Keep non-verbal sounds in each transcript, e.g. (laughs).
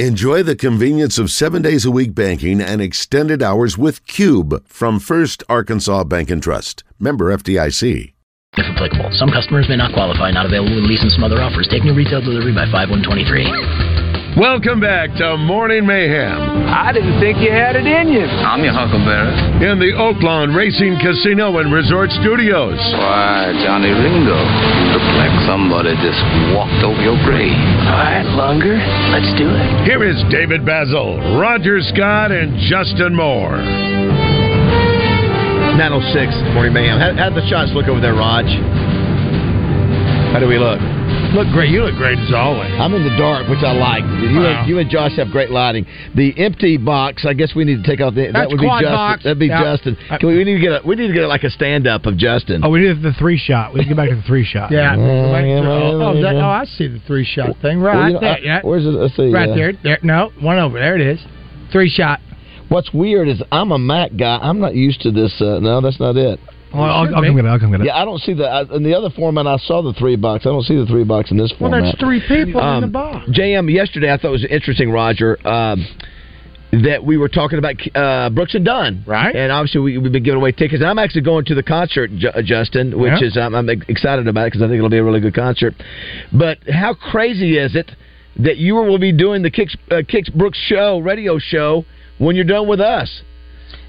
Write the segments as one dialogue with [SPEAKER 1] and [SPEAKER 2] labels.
[SPEAKER 1] Enjoy the convenience of seven days a week banking and extended hours with Cube from First Arkansas Bank and Trust. Member FDIC.
[SPEAKER 2] If applicable, some customers may not qualify, not available with lease and some other offers. Take new retail delivery by 5123.
[SPEAKER 1] Welcome back to Morning Mayhem.
[SPEAKER 3] I didn't think you had it in you.
[SPEAKER 4] I'm your Huckleberry.
[SPEAKER 1] In the Oaklawn Racing Casino and Resort Studios.
[SPEAKER 4] Why, Johnny Ringo, you look like somebody just walked over your grave.
[SPEAKER 3] All right, Longer, let's do it.
[SPEAKER 1] Here is David Basil, Roger Scott, and Justin Moore.
[SPEAKER 5] 906 Morning Mayhem. How, how'd the shots look over there, Raj? How do we look?
[SPEAKER 6] Look great. You look great as always.
[SPEAKER 5] I'm in the dark, which I like. You,
[SPEAKER 6] Wow.
[SPEAKER 5] and, you and Josh have great lighting. The empty box, I guess we need to take off the. that
[SPEAKER 6] That's
[SPEAKER 5] would be
[SPEAKER 6] quad
[SPEAKER 5] Justin.
[SPEAKER 6] box.
[SPEAKER 5] That'd be
[SPEAKER 6] Yeah. Uh,
[SPEAKER 5] Justin. Can we, we need to get a, we need to get like a stand up of Justin.
[SPEAKER 7] Oh, we did the three shot. We can go back to the three
[SPEAKER 5] (laughs)
[SPEAKER 7] shot.
[SPEAKER 6] Yeah.
[SPEAKER 7] Oh, that, oh, I see the three shot thing right
[SPEAKER 5] you know,
[SPEAKER 7] there.
[SPEAKER 5] I-
[SPEAKER 7] yeah.
[SPEAKER 5] Where's it? Let's see.
[SPEAKER 7] Right
[SPEAKER 5] uh,
[SPEAKER 7] there. There. No, one over there. It is three shot.
[SPEAKER 5] What's weird is I'm a Mac guy. I'm not used to this. Uh, no, that's not it.
[SPEAKER 7] Well, I'll, I'll come get it. I'll come get it.
[SPEAKER 5] Yeah, I don't see the I, in the other format. I saw the three box. I don't see the three box in this
[SPEAKER 7] Well,
[SPEAKER 5] format.
[SPEAKER 7] that's three people in the
[SPEAKER 5] Um,
[SPEAKER 7] box.
[SPEAKER 5] JM, yesterday I thought it was interesting, Roger, um, that we were talking about uh, Brooks and Dunn.
[SPEAKER 7] Right.
[SPEAKER 5] And obviously we, we've been giving away tickets. And I'm actually going to the concert, Ju- uh, Justin, which
[SPEAKER 7] Yeah.
[SPEAKER 5] is um, I'm ex- excited about because I think it'll be a really good concert. But how crazy is it that you will be doing the Kicks, uh, Kicks Brooks show, radio show, when you're done with us?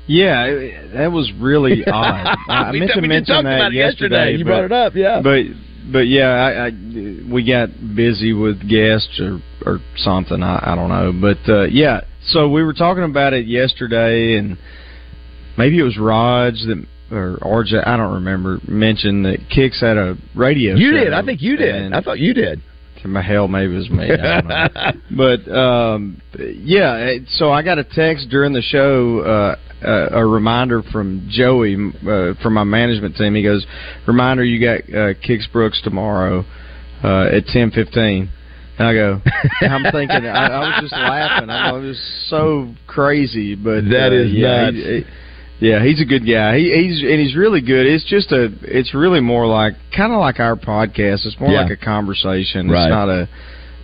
[SPEAKER 8] Yeah, it- that was
[SPEAKER 5] (laughs)
[SPEAKER 8] really odd. I I
[SPEAKER 5] we
[SPEAKER 8] meant to
[SPEAKER 5] we did
[SPEAKER 8] mention
[SPEAKER 5] talk
[SPEAKER 8] that
[SPEAKER 5] about it yesterday.
[SPEAKER 8] yesterday.
[SPEAKER 5] You
[SPEAKER 8] but,
[SPEAKER 5] brought it up, yeah.
[SPEAKER 8] But but yeah, I, I we got busy with guests or or something. I, I don't know, but uh, yeah. So we were talking about it yesterday, and maybe it was Raj that or RJ. I don't remember. Mentioned that Kicks had a radio.
[SPEAKER 5] you
[SPEAKER 8] show,
[SPEAKER 5] did. I think you did.
[SPEAKER 8] and-
[SPEAKER 5] I thought you did.
[SPEAKER 8] my hell, maybe it was me. I
[SPEAKER 5] (laughs)
[SPEAKER 8] don't know. but um, yeah, it- so I got a text during the show, uh, a, a reminder from Joey uh, from my management team. He goes, "Reminder, you got uh, Kix Brooks tomorrow uh, at ten fifteen. And I go, (laughs) and I'm thinking, I, I was just laughing. I was
[SPEAKER 7] (laughs)
[SPEAKER 8] just so crazy, but
[SPEAKER 5] That
[SPEAKER 8] that
[SPEAKER 5] is
[SPEAKER 8] is yeah,
[SPEAKER 5] nuts.
[SPEAKER 8] he- he- yeah, he's a good guy. He, he's and he's really good. It's just a, it's really more like kind of like our podcast. It's more
[SPEAKER 5] Yeah.
[SPEAKER 8] like a conversation.
[SPEAKER 5] Right.
[SPEAKER 8] It's not a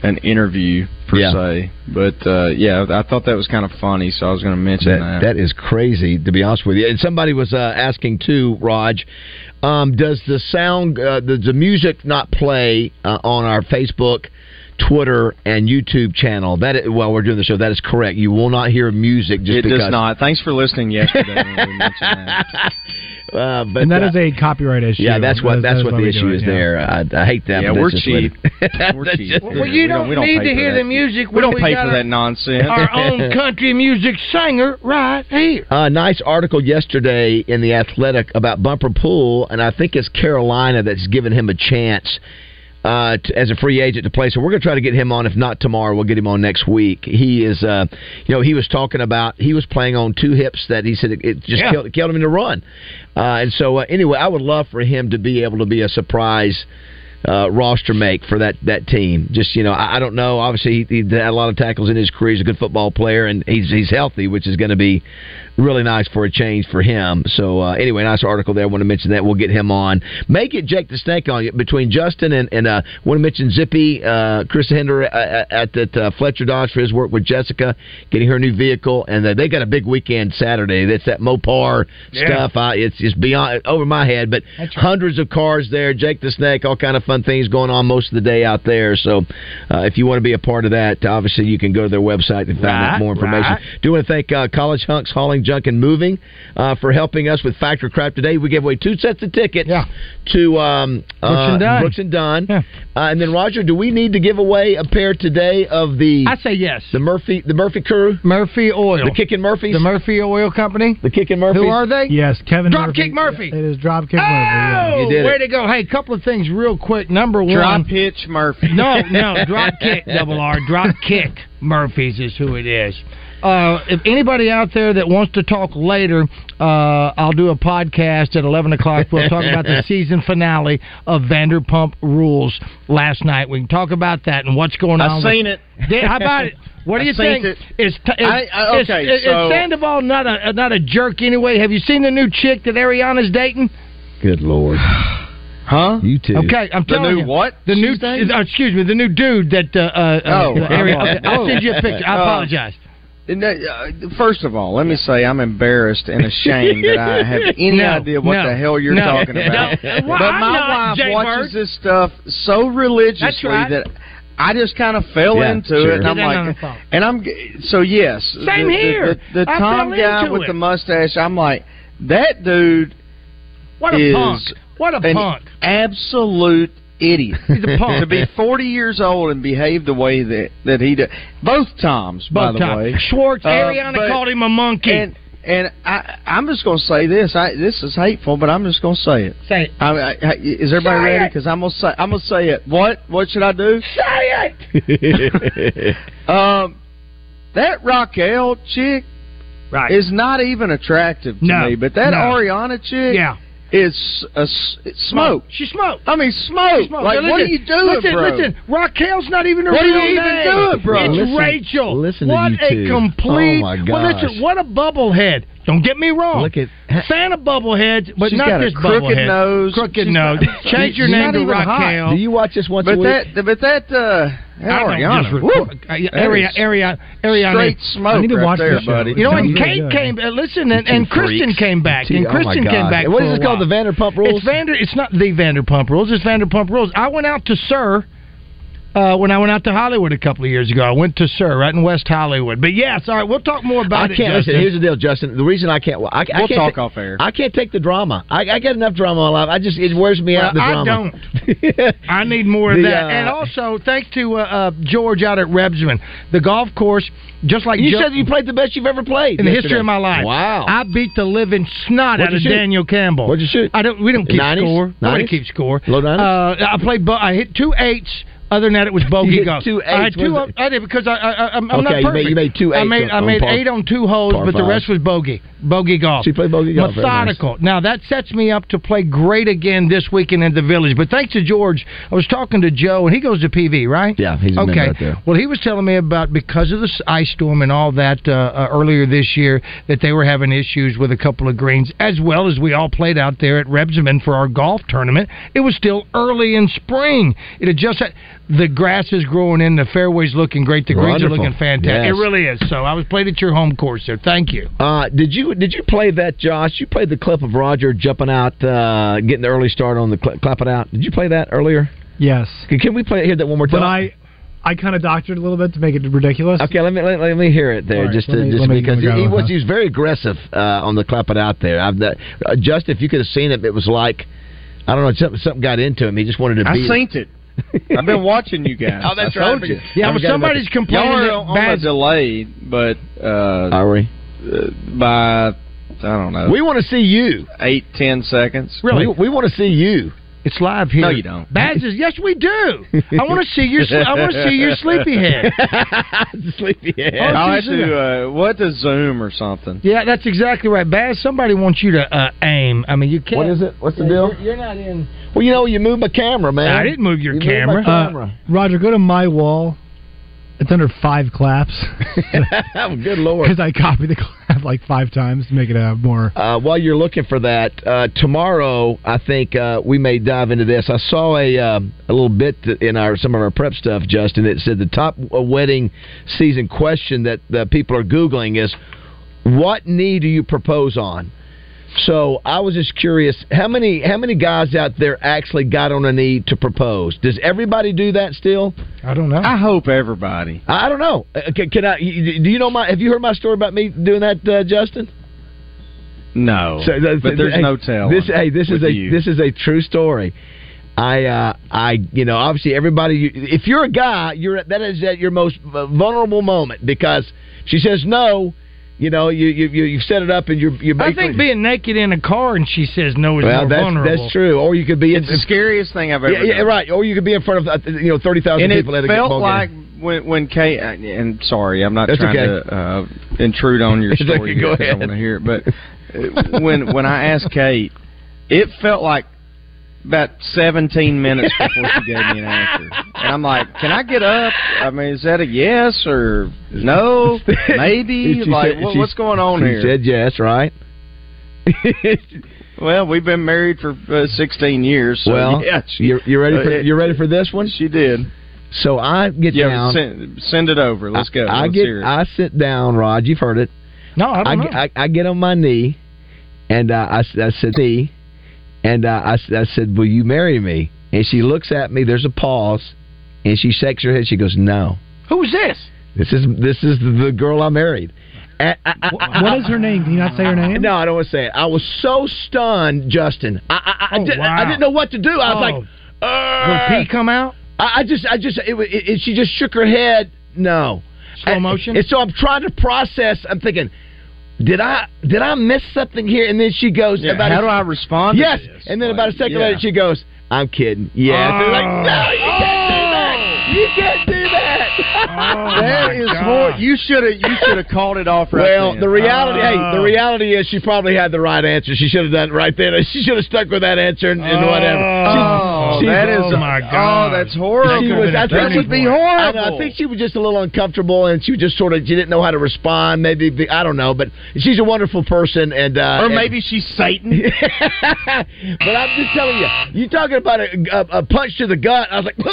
[SPEAKER 8] an interview per
[SPEAKER 5] Yeah.
[SPEAKER 8] se. But uh, yeah, I thought that was kind of funny, so I was going to mention
[SPEAKER 5] That,
[SPEAKER 8] that.
[SPEAKER 5] that is crazy, to be honest with you. And somebody was uh, asking too, Raj. Um, does the sound, uh, does the music not play uh, on our Facebook, Twitter, and YouTube channel? That is, while we're doing the show, that is correct. You will not hear music just
[SPEAKER 8] it
[SPEAKER 5] because.
[SPEAKER 8] does not. Thanks for listening yesterday. when we mentioned that.
[SPEAKER 5] (laughs) Uh, but
[SPEAKER 7] And that
[SPEAKER 5] uh,
[SPEAKER 7] is a copyright issue.
[SPEAKER 5] yeah, that's what that's,
[SPEAKER 7] that is
[SPEAKER 5] what
[SPEAKER 7] why
[SPEAKER 5] the
[SPEAKER 7] we
[SPEAKER 5] issue
[SPEAKER 7] do it,
[SPEAKER 5] is
[SPEAKER 7] yeah.
[SPEAKER 5] there. I, I hate that.
[SPEAKER 8] Yeah,
[SPEAKER 5] but
[SPEAKER 8] we're
[SPEAKER 5] that's just what it-
[SPEAKER 8] cheap. We're
[SPEAKER 5] That's
[SPEAKER 8] cheap.
[SPEAKER 5] just-
[SPEAKER 8] Well, you We don't- don't we don't need pay to for hear that. the
[SPEAKER 7] music.
[SPEAKER 8] we don't pay for that nonsense.
[SPEAKER 5] (laughs)
[SPEAKER 7] own country music singer right here.
[SPEAKER 5] A nice article yesterday in the Athletic about Bumper Pool, and I think it's Carolina that's given him a chance uh, to, as a free agent to play. So we're going to try to get him on. If not tomorrow, we'll get him on next week. He is, uh, you know, he was talking about he was playing on two hips that he said it, it just
[SPEAKER 7] Yeah.
[SPEAKER 5] killed, killed him in the run. Uh, and so uh, anyway, I would love for him to be able to be a surprise uh, roster make for that that team. Just you know, I, I don't know. Obviously, he, he had a lot of tackles in his career. He's a good football player, and he's he's healthy, which is going to be really nice for a change for him. So uh, anyway, nice article there. I want to mention that. We'll get him on. Make it Jake the Snake on you between Justin and and uh, want to mention Zippy, uh, Chris Hinder uh, at at uh, Fletcher Dodge for his work with Jessica getting her new vehicle, and uh, they got a big weekend Saturday. That's that Mopar
[SPEAKER 7] Yeah.
[SPEAKER 5] stuff. I, it's it's beyond over my head, but
[SPEAKER 7] That's right.
[SPEAKER 5] hundreds of cars there. Jake the Snake, all kind of fun things going on most of the day out there. So, uh, if you want to be a part of that, obviously you can go to their website and find out
[SPEAKER 7] Right,
[SPEAKER 5] more information.
[SPEAKER 7] right.
[SPEAKER 5] Do want to thank uh, College Hunks Hauling Junk and Moving uh, for helping us with Factor Crap today. We gave away two sets of tickets
[SPEAKER 7] Yeah.
[SPEAKER 5] to um,
[SPEAKER 7] and
[SPEAKER 5] uh,
[SPEAKER 7] Dunn.
[SPEAKER 5] Brooks and Dunn.
[SPEAKER 7] Yeah.
[SPEAKER 5] Uh, and then Roger, do we need to give away a pair today of the
[SPEAKER 7] I say yes.
[SPEAKER 5] the Murphy the Murphy crew,
[SPEAKER 7] Murphy Oil.
[SPEAKER 5] the Kicking Murphys,
[SPEAKER 7] The Murphy Oil Company.
[SPEAKER 5] the Kicking Murphys?
[SPEAKER 7] Who are they?
[SPEAKER 6] Yes, Kevin.
[SPEAKER 7] Dropkick Murphy.
[SPEAKER 6] It is Dropkick
[SPEAKER 7] Oh,
[SPEAKER 6] Murphy.
[SPEAKER 5] You did
[SPEAKER 7] way
[SPEAKER 5] it.
[SPEAKER 7] to go! Hey, couple of things real quick. Number one,
[SPEAKER 8] Dry pitch Murphy.
[SPEAKER 5] (laughs)
[SPEAKER 7] no, no, drop kick, double R, drop kick. Murphy's is who it is. Uh, if anybody out there that wants to talk later, uh, I'll do a podcast at 11 o'clock. We'll talk about the season finale of Vanderpump Rules last night. We can talk about that and what's going
[SPEAKER 8] I
[SPEAKER 7] on.
[SPEAKER 8] seen
[SPEAKER 7] (laughs)
[SPEAKER 8] it.
[SPEAKER 7] with- Did- How about it? What do
[SPEAKER 8] I
[SPEAKER 7] you
[SPEAKER 8] seen it.
[SPEAKER 7] think? Is, t- is,
[SPEAKER 8] I- I-
[SPEAKER 7] is-
[SPEAKER 8] okay,
[SPEAKER 7] is- is
[SPEAKER 8] so-
[SPEAKER 7] Sandoval not a not a jerk anyway? Have you seen the new chick that Ariana's dating?
[SPEAKER 5] Good lord.
[SPEAKER 8] Huh?
[SPEAKER 5] You too.
[SPEAKER 7] Okay, I'm
[SPEAKER 8] The
[SPEAKER 7] telling
[SPEAKER 8] new
[SPEAKER 7] you.
[SPEAKER 8] what?
[SPEAKER 7] The new,
[SPEAKER 8] Tuesday?
[SPEAKER 7] uh, excuse me, the new dude that. Uh, uh,
[SPEAKER 8] Oh,
[SPEAKER 7] uh, Harry-
[SPEAKER 8] I'm-
[SPEAKER 7] okay, I'll send you a picture. I
[SPEAKER 8] Oh.
[SPEAKER 7] apologize.
[SPEAKER 8] And that, uh, First of all, let me say I'm embarrassed and ashamed that I
[SPEAKER 7] (laughs)
[SPEAKER 8] have any
[SPEAKER 7] No,
[SPEAKER 8] idea what
[SPEAKER 7] no,
[SPEAKER 8] the hell you're
[SPEAKER 7] (laughs) no,
[SPEAKER 8] talking about.
[SPEAKER 7] no. Well,
[SPEAKER 8] but
[SPEAKER 7] I'm
[SPEAKER 8] my
[SPEAKER 7] not,
[SPEAKER 8] wife
[SPEAKER 7] Jay
[SPEAKER 8] watches
[SPEAKER 7] Bird.
[SPEAKER 8] this stuff so religiously
[SPEAKER 7] That's right.
[SPEAKER 8] that I just kind of fell
[SPEAKER 5] Yeah,
[SPEAKER 8] into
[SPEAKER 5] sure.
[SPEAKER 8] it, and I'm
[SPEAKER 7] Get in on
[SPEAKER 8] like,
[SPEAKER 7] the phone.
[SPEAKER 8] and I'm g- so yes.
[SPEAKER 7] Same
[SPEAKER 8] the,
[SPEAKER 7] here.
[SPEAKER 8] The, the, the
[SPEAKER 7] I
[SPEAKER 8] Tom
[SPEAKER 7] fell
[SPEAKER 8] guy
[SPEAKER 7] into
[SPEAKER 8] with
[SPEAKER 7] it.
[SPEAKER 8] the mustache, I'm like, that dude
[SPEAKER 7] What a
[SPEAKER 8] is
[SPEAKER 7] punk! What a
[SPEAKER 8] an
[SPEAKER 7] punk!
[SPEAKER 8] absolute idiot.
[SPEAKER 7] He's a punk.
[SPEAKER 8] to be 40 years old and behave the way that that he does. Both Toms, by
[SPEAKER 7] Both
[SPEAKER 8] the
[SPEAKER 7] times.
[SPEAKER 8] way.
[SPEAKER 7] Schwartz,
[SPEAKER 8] Uh,
[SPEAKER 7] Ariana
[SPEAKER 8] but-
[SPEAKER 7] called him a monkey.
[SPEAKER 8] And and I I'm just gonna say this. I this is hateful, but I'm just gonna say it.
[SPEAKER 7] Say it.
[SPEAKER 8] I, I, I- is everybody
[SPEAKER 7] Say
[SPEAKER 8] ready?
[SPEAKER 7] it.
[SPEAKER 8] Because I'm gonna say I'm gonna say it. What what should I do?
[SPEAKER 7] Say it.
[SPEAKER 8] Um, that Raquel chick
[SPEAKER 7] Right.
[SPEAKER 8] is not even attractive to
[SPEAKER 7] No,
[SPEAKER 8] me, but that
[SPEAKER 7] no.
[SPEAKER 8] Ariana chick
[SPEAKER 7] yeah.
[SPEAKER 8] is a s- it's smoke.
[SPEAKER 7] She smoked.
[SPEAKER 8] I mean smoke.
[SPEAKER 7] She smoked.
[SPEAKER 8] Like
[SPEAKER 7] Now
[SPEAKER 8] what are
[SPEAKER 7] listen,
[SPEAKER 8] you doing,
[SPEAKER 7] Listen,
[SPEAKER 8] bro?
[SPEAKER 7] listen. Raquel's not even a
[SPEAKER 8] What are
[SPEAKER 7] real
[SPEAKER 8] you even
[SPEAKER 7] name.
[SPEAKER 8] doing, bro?
[SPEAKER 7] It's
[SPEAKER 5] Listen-
[SPEAKER 7] Rachel.
[SPEAKER 5] listen to
[SPEAKER 7] what
[SPEAKER 5] you
[SPEAKER 7] a
[SPEAKER 5] two.
[SPEAKER 7] complete.
[SPEAKER 5] Oh, my
[SPEAKER 7] Well,
[SPEAKER 5] gosh.
[SPEAKER 7] listen. What a bubblehead. Don't get me wrong.
[SPEAKER 5] Look at
[SPEAKER 7] Santa bubbleheads, but
[SPEAKER 8] She's
[SPEAKER 7] not
[SPEAKER 8] got a
[SPEAKER 7] this
[SPEAKER 8] crooked
[SPEAKER 7] bubblehead.
[SPEAKER 8] nose.
[SPEAKER 7] Crooked
[SPEAKER 8] She's
[SPEAKER 7] nose.
[SPEAKER 8] not-
[SPEAKER 7] Change your
[SPEAKER 8] she's
[SPEAKER 7] name
[SPEAKER 8] not
[SPEAKER 7] to
[SPEAKER 8] even hot.
[SPEAKER 7] Raquel.
[SPEAKER 5] Do you watch this once a
[SPEAKER 8] But
[SPEAKER 5] week?
[SPEAKER 8] that, but that, uh, Ariana,
[SPEAKER 7] Ariana,
[SPEAKER 8] woo,
[SPEAKER 7] Ariana, Ariana, Ariana.
[SPEAKER 8] straight smoke
[SPEAKER 9] I need to
[SPEAKER 8] right
[SPEAKER 9] watch
[SPEAKER 8] there,
[SPEAKER 9] this show.
[SPEAKER 8] buddy.
[SPEAKER 7] You know,
[SPEAKER 9] Sounds
[SPEAKER 7] and
[SPEAKER 9] really
[SPEAKER 7] Kate
[SPEAKER 9] good.
[SPEAKER 7] came. Uh, listen,
[SPEAKER 5] You
[SPEAKER 7] and,
[SPEAKER 5] two
[SPEAKER 7] and Kristen
[SPEAKER 5] freaks.
[SPEAKER 7] came back,
[SPEAKER 5] Gee,
[SPEAKER 7] and
[SPEAKER 5] oh my
[SPEAKER 7] Kristen came
[SPEAKER 5] God.
[SPEAKER 7] back.
[SPEAKER 5] What
[SPEAKER 7] for
[SPEAKER 5] is
[SPEAKER 7] a
[SPEAKER 5] this called?
[SPEAKER 7] while.
[SPEAKER 5] The Vanderpump Rules?
[SPEAKER 7] It's Vander. It's not the Vanderpump Rules. It's Vanderpump Rules. I went out to Sir. Uh, when I went out to Hollywood a couple of years ago, I went to Sir right in West Hollywood. But yes, all right, we'll talk more
[SPEAKER 5] I
[SPEAKER 7] about it.
[SPEAKER 5] can't listen.
[SPEAKER 7] Justin.
[SPEAKER 5] Here's the deal, Justin. The reason I can't, I, I
[SPEAKER 8] We'll
[SPEAKER 5] can't
[SPEAKER 8] talk
[SPEAKER 5] ta-
[SPEAKER 8] off air.
[SPEAKER 5] I can't take the drama. I, I got enough drama in my life. I just it wears me out. The
[SPEAKER 7] Well, I
[SPEAKER 5] drama. (laughs) don't.
[SPEAKER 7] I need more of
[SPEAKER 5] The,
[SPEAKER 7] that.
[SPEAKER 5] uh,
[SPEAKER 7] and also, thanks to uh, uh, George out at Rebsman, the golf course, just like
[SPEAKER 5] you
[SPEAKER 7] Ju-
[SPEAKER 5] said you played the best you've ever played
[SPEAKER 7] in the
[SPEAKER 5] yesterday.
[SPEAKER 7] history of my life.
[SPEAKER 5] Wow.
[SPEAKER 7] I beat the living snot
[SPEAKER 5] What'd
[SPEAKER 7] out
[SPEAKER 5] you
[SPEAKER 7] of
[SPEAKER 5] shoot?
[SPEAKER 7] Daniel Campbell.
[SPEAKER 5] What'd you shoot?
[SPEAKER 7] I don't. We don't keep
[SPEAKER 5] 90s?
[SPEAKER 7] score. I don't
[SPEAKER 5] 90s?
[SPEAKER 7] keep score.
[SPEAKER 5] Low 90s?
[SPEAKER 7] Uh, I played. Bo- I hit two eights. Other than
[SPEAKER 5] (laughs)
[SPEAKER 7] that, it was bogey
[SPEAKER 5] You hit
[SPEAKER 7] golf.
[SPEAKER 5] two
[SPEAKER 7] I
[SPEAKER 5] eights,
[SPEAKER 7] had two.
[SPEAKER 5] was it?
[SPEAKER 7] I did because I, I, I I'm, I'm
[SPEAKER 5] Okay,
[SPEAKER 7] not
[SPEAKER 5] you made-
[SPEAKER 7] perfect.
[SPEAKER 5] you made two
[SPEAKER 7] I
[SPEAKER 5] eights
[SPEAKER 7] made
[SPEAKER 5] on-
[SPEAKER 7] I
[SPEAKER 5] on
[SPEAKER 7] made
[SPEAKER 5] par-
[SPEAKER 7] eight on two holes,
[SPEAKER 5] par
[SPEAKER 7] but the
[SPEAKER 5] fives.
[SPEAKER 7] rest was bogey. Bogey golf.
[SPEAKER 5] So you played bogey golf. Very nice.
[SPEAKER 7] Methodical. Now that sets me up to play great again this weekend in the village. But thanks to George, I was talking to Joe, and he goes to PV, right?
[SPEAKER 5] Yeah, he's a member
[SPEAKER 7] okay.
[SPEAKER 5] out there.
[SPEAKER 7] Well, he was telling me about because of the s- ice storm and all that uh, uh, earlier this year that they were having issues with a couple of greens, as well as we all played out there at Rebsman for our golf tournament. It was still early in spring. It had just uh, the grass is growing in, the fairways looking great, the greens are
[SPEAKER 5] Wonderful.
[SPEAKER 7] looking fantastic.
[SPEAKER 5] Yes.
[SPEAKER 7] It really is. So I was played at your home course there. Thank you.
[SPEAKER 5] Uh, did you did you play that, Josh? You played the clip of Roger jumping out, uh, getting the early start on the cl- clap it out. Did you play that earlier?
[SPEAKER 9] Yes,
[SPEAKER 5] Can, can we play hear that one more
[SPEAKER 9] but
[SPEAKER 5] time?
[SPEAKER 9] I, I kind of doctored a little bit to make it ridiculous.
[SPEAKER 5] okay, let me let, let me hear it there,
[SPEAKER 9] All right,
[SPEAKER 5] just
[SPEAKER 9] let
[SPEAKER 5] to,
[SPEAKER 9] me-
[SPEAKER 5] just
[SPEAKER 9] let me
[SPEAKER 5] because
[SPEAKER 9] give it a
[SPEAKER 5] he,
[SPEAKER 9] go,
[SPEAKER 5] was
[SPEAKER 9] huh?
[SPEAKER 5] he was very aggressive uh, on the clap it out there. I've that, uh, just if you could have seen it, it was like I don't know something, something got into him. He just wanted to
[SPEAKER 8] I
[SPEAKER 5] be. (laughs)
[SPEAKER 8] seen it. I've been watching you (laughs) guys.
[SPEAKER 5] Oh, that's
[SPEAKER 8] I told
[SPEAKER 5] right.
[SPEAKER 8] You.
[SPEAKER 5] Yeah, I
[SPEAKER 7] Now, if
[SPEAKER 5] forgot about
[SPEAKER 7] somebody's
[SPEAKER 5] that.
[SPEAKER 8] Y'all
[SPEAKER 7] complaining
[SPEAKER 8] are
[SPEAKER 7] that
[SPEAKER 8] on
[SPEAKER 7] bad
[SPEAKER 8] a delay, but uh,
[SPEAKER 5] Are we?
[SPEAKER 8] uh, by I don't know
[SPEAKER 5] We want to see you.
[SPEAKER 8] eight ten seconds.
[SPEAKER 7] Really?
[SPEAKER 5] We, we want to see you.
[SPEAKER 7] It's live here.
[SPEAKER 8] No, you don't. (laughs)
[SPEAKER 7] Baz is yes, we do. I want to see your. sle- I want to
[SPEAKER 5] (laughs)
[SPEAKER 7] see your sleepyhead. Oh,
[SPEAKER 5] Sleepyhead.
[SPEAKER 8] I'll have
[SPEAKER 7] geez, isn't
[SPEAKER 8] to uh, what to Zoom or something.
[SPEAKER 7] Yeah, that's exactly right, Baz. Somebody wants you to uh, aim. I mean, you can't.
[SPEAKER 5] What is it? What's the
[SPEAKER 7] Yeah,
[SPEAKER 5] deal?
[SPEAKER 7] You're, you're not in.
[SPEAKER 5] Well, you know, you moved my camera, man.
[SPEAKER 7] I didn't move your
[SPEAKER 5] You moved my
[SPEAKER 7] camera.
[SPEAKER 9] Uh,
[SPEAKER 5] camera.
[SPEAKER 9] Roger, go to my wall. It's under five claps
[SPEAKER 5] Oh, (laughs) Good lord.
[SPEAKER 9] because I copied the clap like five times to make it uh, more.
[SPEAKER 5] Uh, while you're looking for that, uh, tomorrow I think uh, we may dive into this. I saw a um, a little bit in our some of our prep stuff, Justin. It said the top uh, wedding season question that the people are googling is, "What knee do you propose on?" So I was just curious, how many how many guys out there actually got on a knee to propose? Does everybody do that still?
[SPEAKER 7] I don't know.
[SPEAKER 8] I hope everybody.
[SPEAKER 5] I I don't know. Uh, Can, can I? y- Do you know my? Have you heard my story about me doing that, uh, Justin?
[SPEAKER 8] No,
[SPEAKER 5] So, uh, th-
[SPEAKER 8] but there's
[SPEAKER 5] hey,
[SPEAKER 8] no telling.
[SPEAKER 5] This hey, this is
[SPEAKER 8] with
[SPEAKER 5] a
[SPEAKER 8] you.
[SPEAKER 5] this is a true story. I uh, I you know obviously everybody you, if you're a guy you're at- that is at your most uh, vulnerable moment because she says no, you know you you you- you've set it up and you're you're
[SPEAKER 7] I
[SPEAKER 5] basically
[SPEAKER 7] think being naked in a car and she says no is
[SPEAKER 5] well
[SPEAKER 7] more
[SPEAKER 5] that's
[SPEAKER 7] vulnerable.
[SPEAKER 5] that's true or you could be in
[SPEAKER 8] It's the scariest thing I've ever.
[SPEAKER 5] yeah, yeah,
[SPEAKER 8] done.
[SPEAKER 5] right or you could be in front of uh, you know thirty thousand
[SPEAKER 8] And it
[SPEAKER 5] people at a
[SPEAKER 8] felt
[SPEAKER 5] ball game.
[SPEAKER 8] like when when Kate and sorry, I'm not
[SPEAKER 5] That's
[SPEAKER 8] trying
[SPEAKER 5] okay.
[SPEAKER 8] to uh, intrude on your
[SPEAKER 5] (laughs) It's
[SPEAKER 8] story.
[SPEAKER 5] okay,
[SPEAKER 8] here
[SPEAKER 5] go
[SPEAKER 8] 'cause I
[SPEAKER 5] ahead.
[SPEAKER 8] want to hear it,
[SPEAKER 5] (laughs)
[SPEAKER 8] but uh, when when I asked Kate, it felt like about 17 minutes before she gave me an answer, and I'm like, "Can I get up? I mean, is that a yes or
[SPEAKER 5] (laughs)
[SPEAKER 8] no? Maybe?
[SPEAKER 5] She
[SPEAKER 8] like,
[SPEAKER 5] said-
[SPEAKER 8] what,
[SPEAKER 5] she-
[SPEAKER 8] what's going on
[SPEAKER 5] she
[SPEAKER 8] here?"
[SPEAKER 5] said yes right.
[SPEAKER 8] Well, we've been married for uh, 16 years. So
[SPEAKER 5] well,
[SPEAKER 8] yeah, Uh,
[SPEAKER 5] you're, you're ready for
[SPEAKER 8] it-
[SPEAKER 5] you ready for this one?
[SPEAKER 8] She did.
[SPEAKER 5] So I get
[SPEAKER 8] yeah,
[SPEAKER 5] down.
[SPEAKER 8] Send, send it over. Let's go.
[SPEAKER 5] I
[SPEAKER 8] Let's
[SPEAKER 5] get
[SPEAKER 8] hear it.
[SPEAKER 5] I sit down, Rod. You've heard it.
[SPEAKER 7] No, I
[SPEAKER 5] I,
[SPEAKER 7] don't know.
[SPEAKER 5] I, I get on my knee, and uh, I, s- I said, "Knee," and uh, I, s- I said, "Will you marry me?" And she looks at me. There's a pause, and she shakes her head. She goes, "No."
[SPEAKER 7] Who's this?
[SPEAKER 5] This is this is the girl I married. And I- I- I-
[SPEAKER 9] What is her name? Can you not say her name?
[SPEAKER 5] No, I don't want to say it. I was so stunned, Justin. I I, I,
[SPEAKER 7] Oh,
[SPEAKER 5] did,
[SPEAKER 7] wow. Oh.
[SPEAKER 5] I didn't know what to do. I was like,
[SPEAKER 8] Oh.
[SPEAKER 7] Will
[SPEAKER 5] "Urgh."
[SPEAKER 7] pee come out?
[SPEAKER 5] I, I just, I just, it, wa- it, it, she just shook her head. No.
[SPEAKER 7] Slow
[SPEAKER 5] And-
[SPEAKER 7] motion?
[SPEAKER 5] And so I'm trying to process. I'm thinking, did I, did I miss something here? And then she goes,
[SPEAKER 8] Yeah,
[SPEAKER 5] about
[SPEAKER 8] how
[SPEAKER 5] a-
[SPEAKER 8] do I respond?
[SPEAKER 5] Yes.
[SPEAKER 8] To this?
[SPEAKER 5] And then about a second
[SPEAKER 8] yeah. Oh.
[SPEAKER 5] later, she goes, I'm kidding. Yes. And I'm like, no, you can't do that. You can't do that. (laughs)
[SPEAKER 8] That is hor- You should have. You should have called it off right
[SPEAKER 5] well,
[SPEAKER 8] then.
[SPEAKER 5] the reality, hey, the
[SPEAKER 7] Oh.
[SPEAKER 5] reality is she probably had the right answer. She should have done it right then. (laughs) She should have stuck with that answer and, and whatever.
[SPEAKER 8] Oh,
[SPEAKER 5] She- she-
[SPEAKER 8] that is
[SPEAKER 7] oh my God.
[SPEAKER 8] Oh, that's horrible.
[SPEAKER 5] she
[SPEAKER 7] could've
[SPEAKER 5] was,
[SPEAKER 7] been a
[SPEAKER 5] I think
[SPEAKER 7] turning
[SPEAKER 5] she would be
[SPEAKER 7] point.
[SPEAKER 5] horrible. I, know, I think she was just a little uncomfortable, and she just sort of she didn't know how to respond. Maybe be- I don't know, but she's a wonderful person, and uh,
[SPEAKER 6] Or
[SPEAKER 5] and-
[SPEAKER 6] maybe she's Satan.
[SPEAKER 5] (laughs) but I'm just telling you, you talking about a, a, a punch to the gut. I was like, (laughs) what?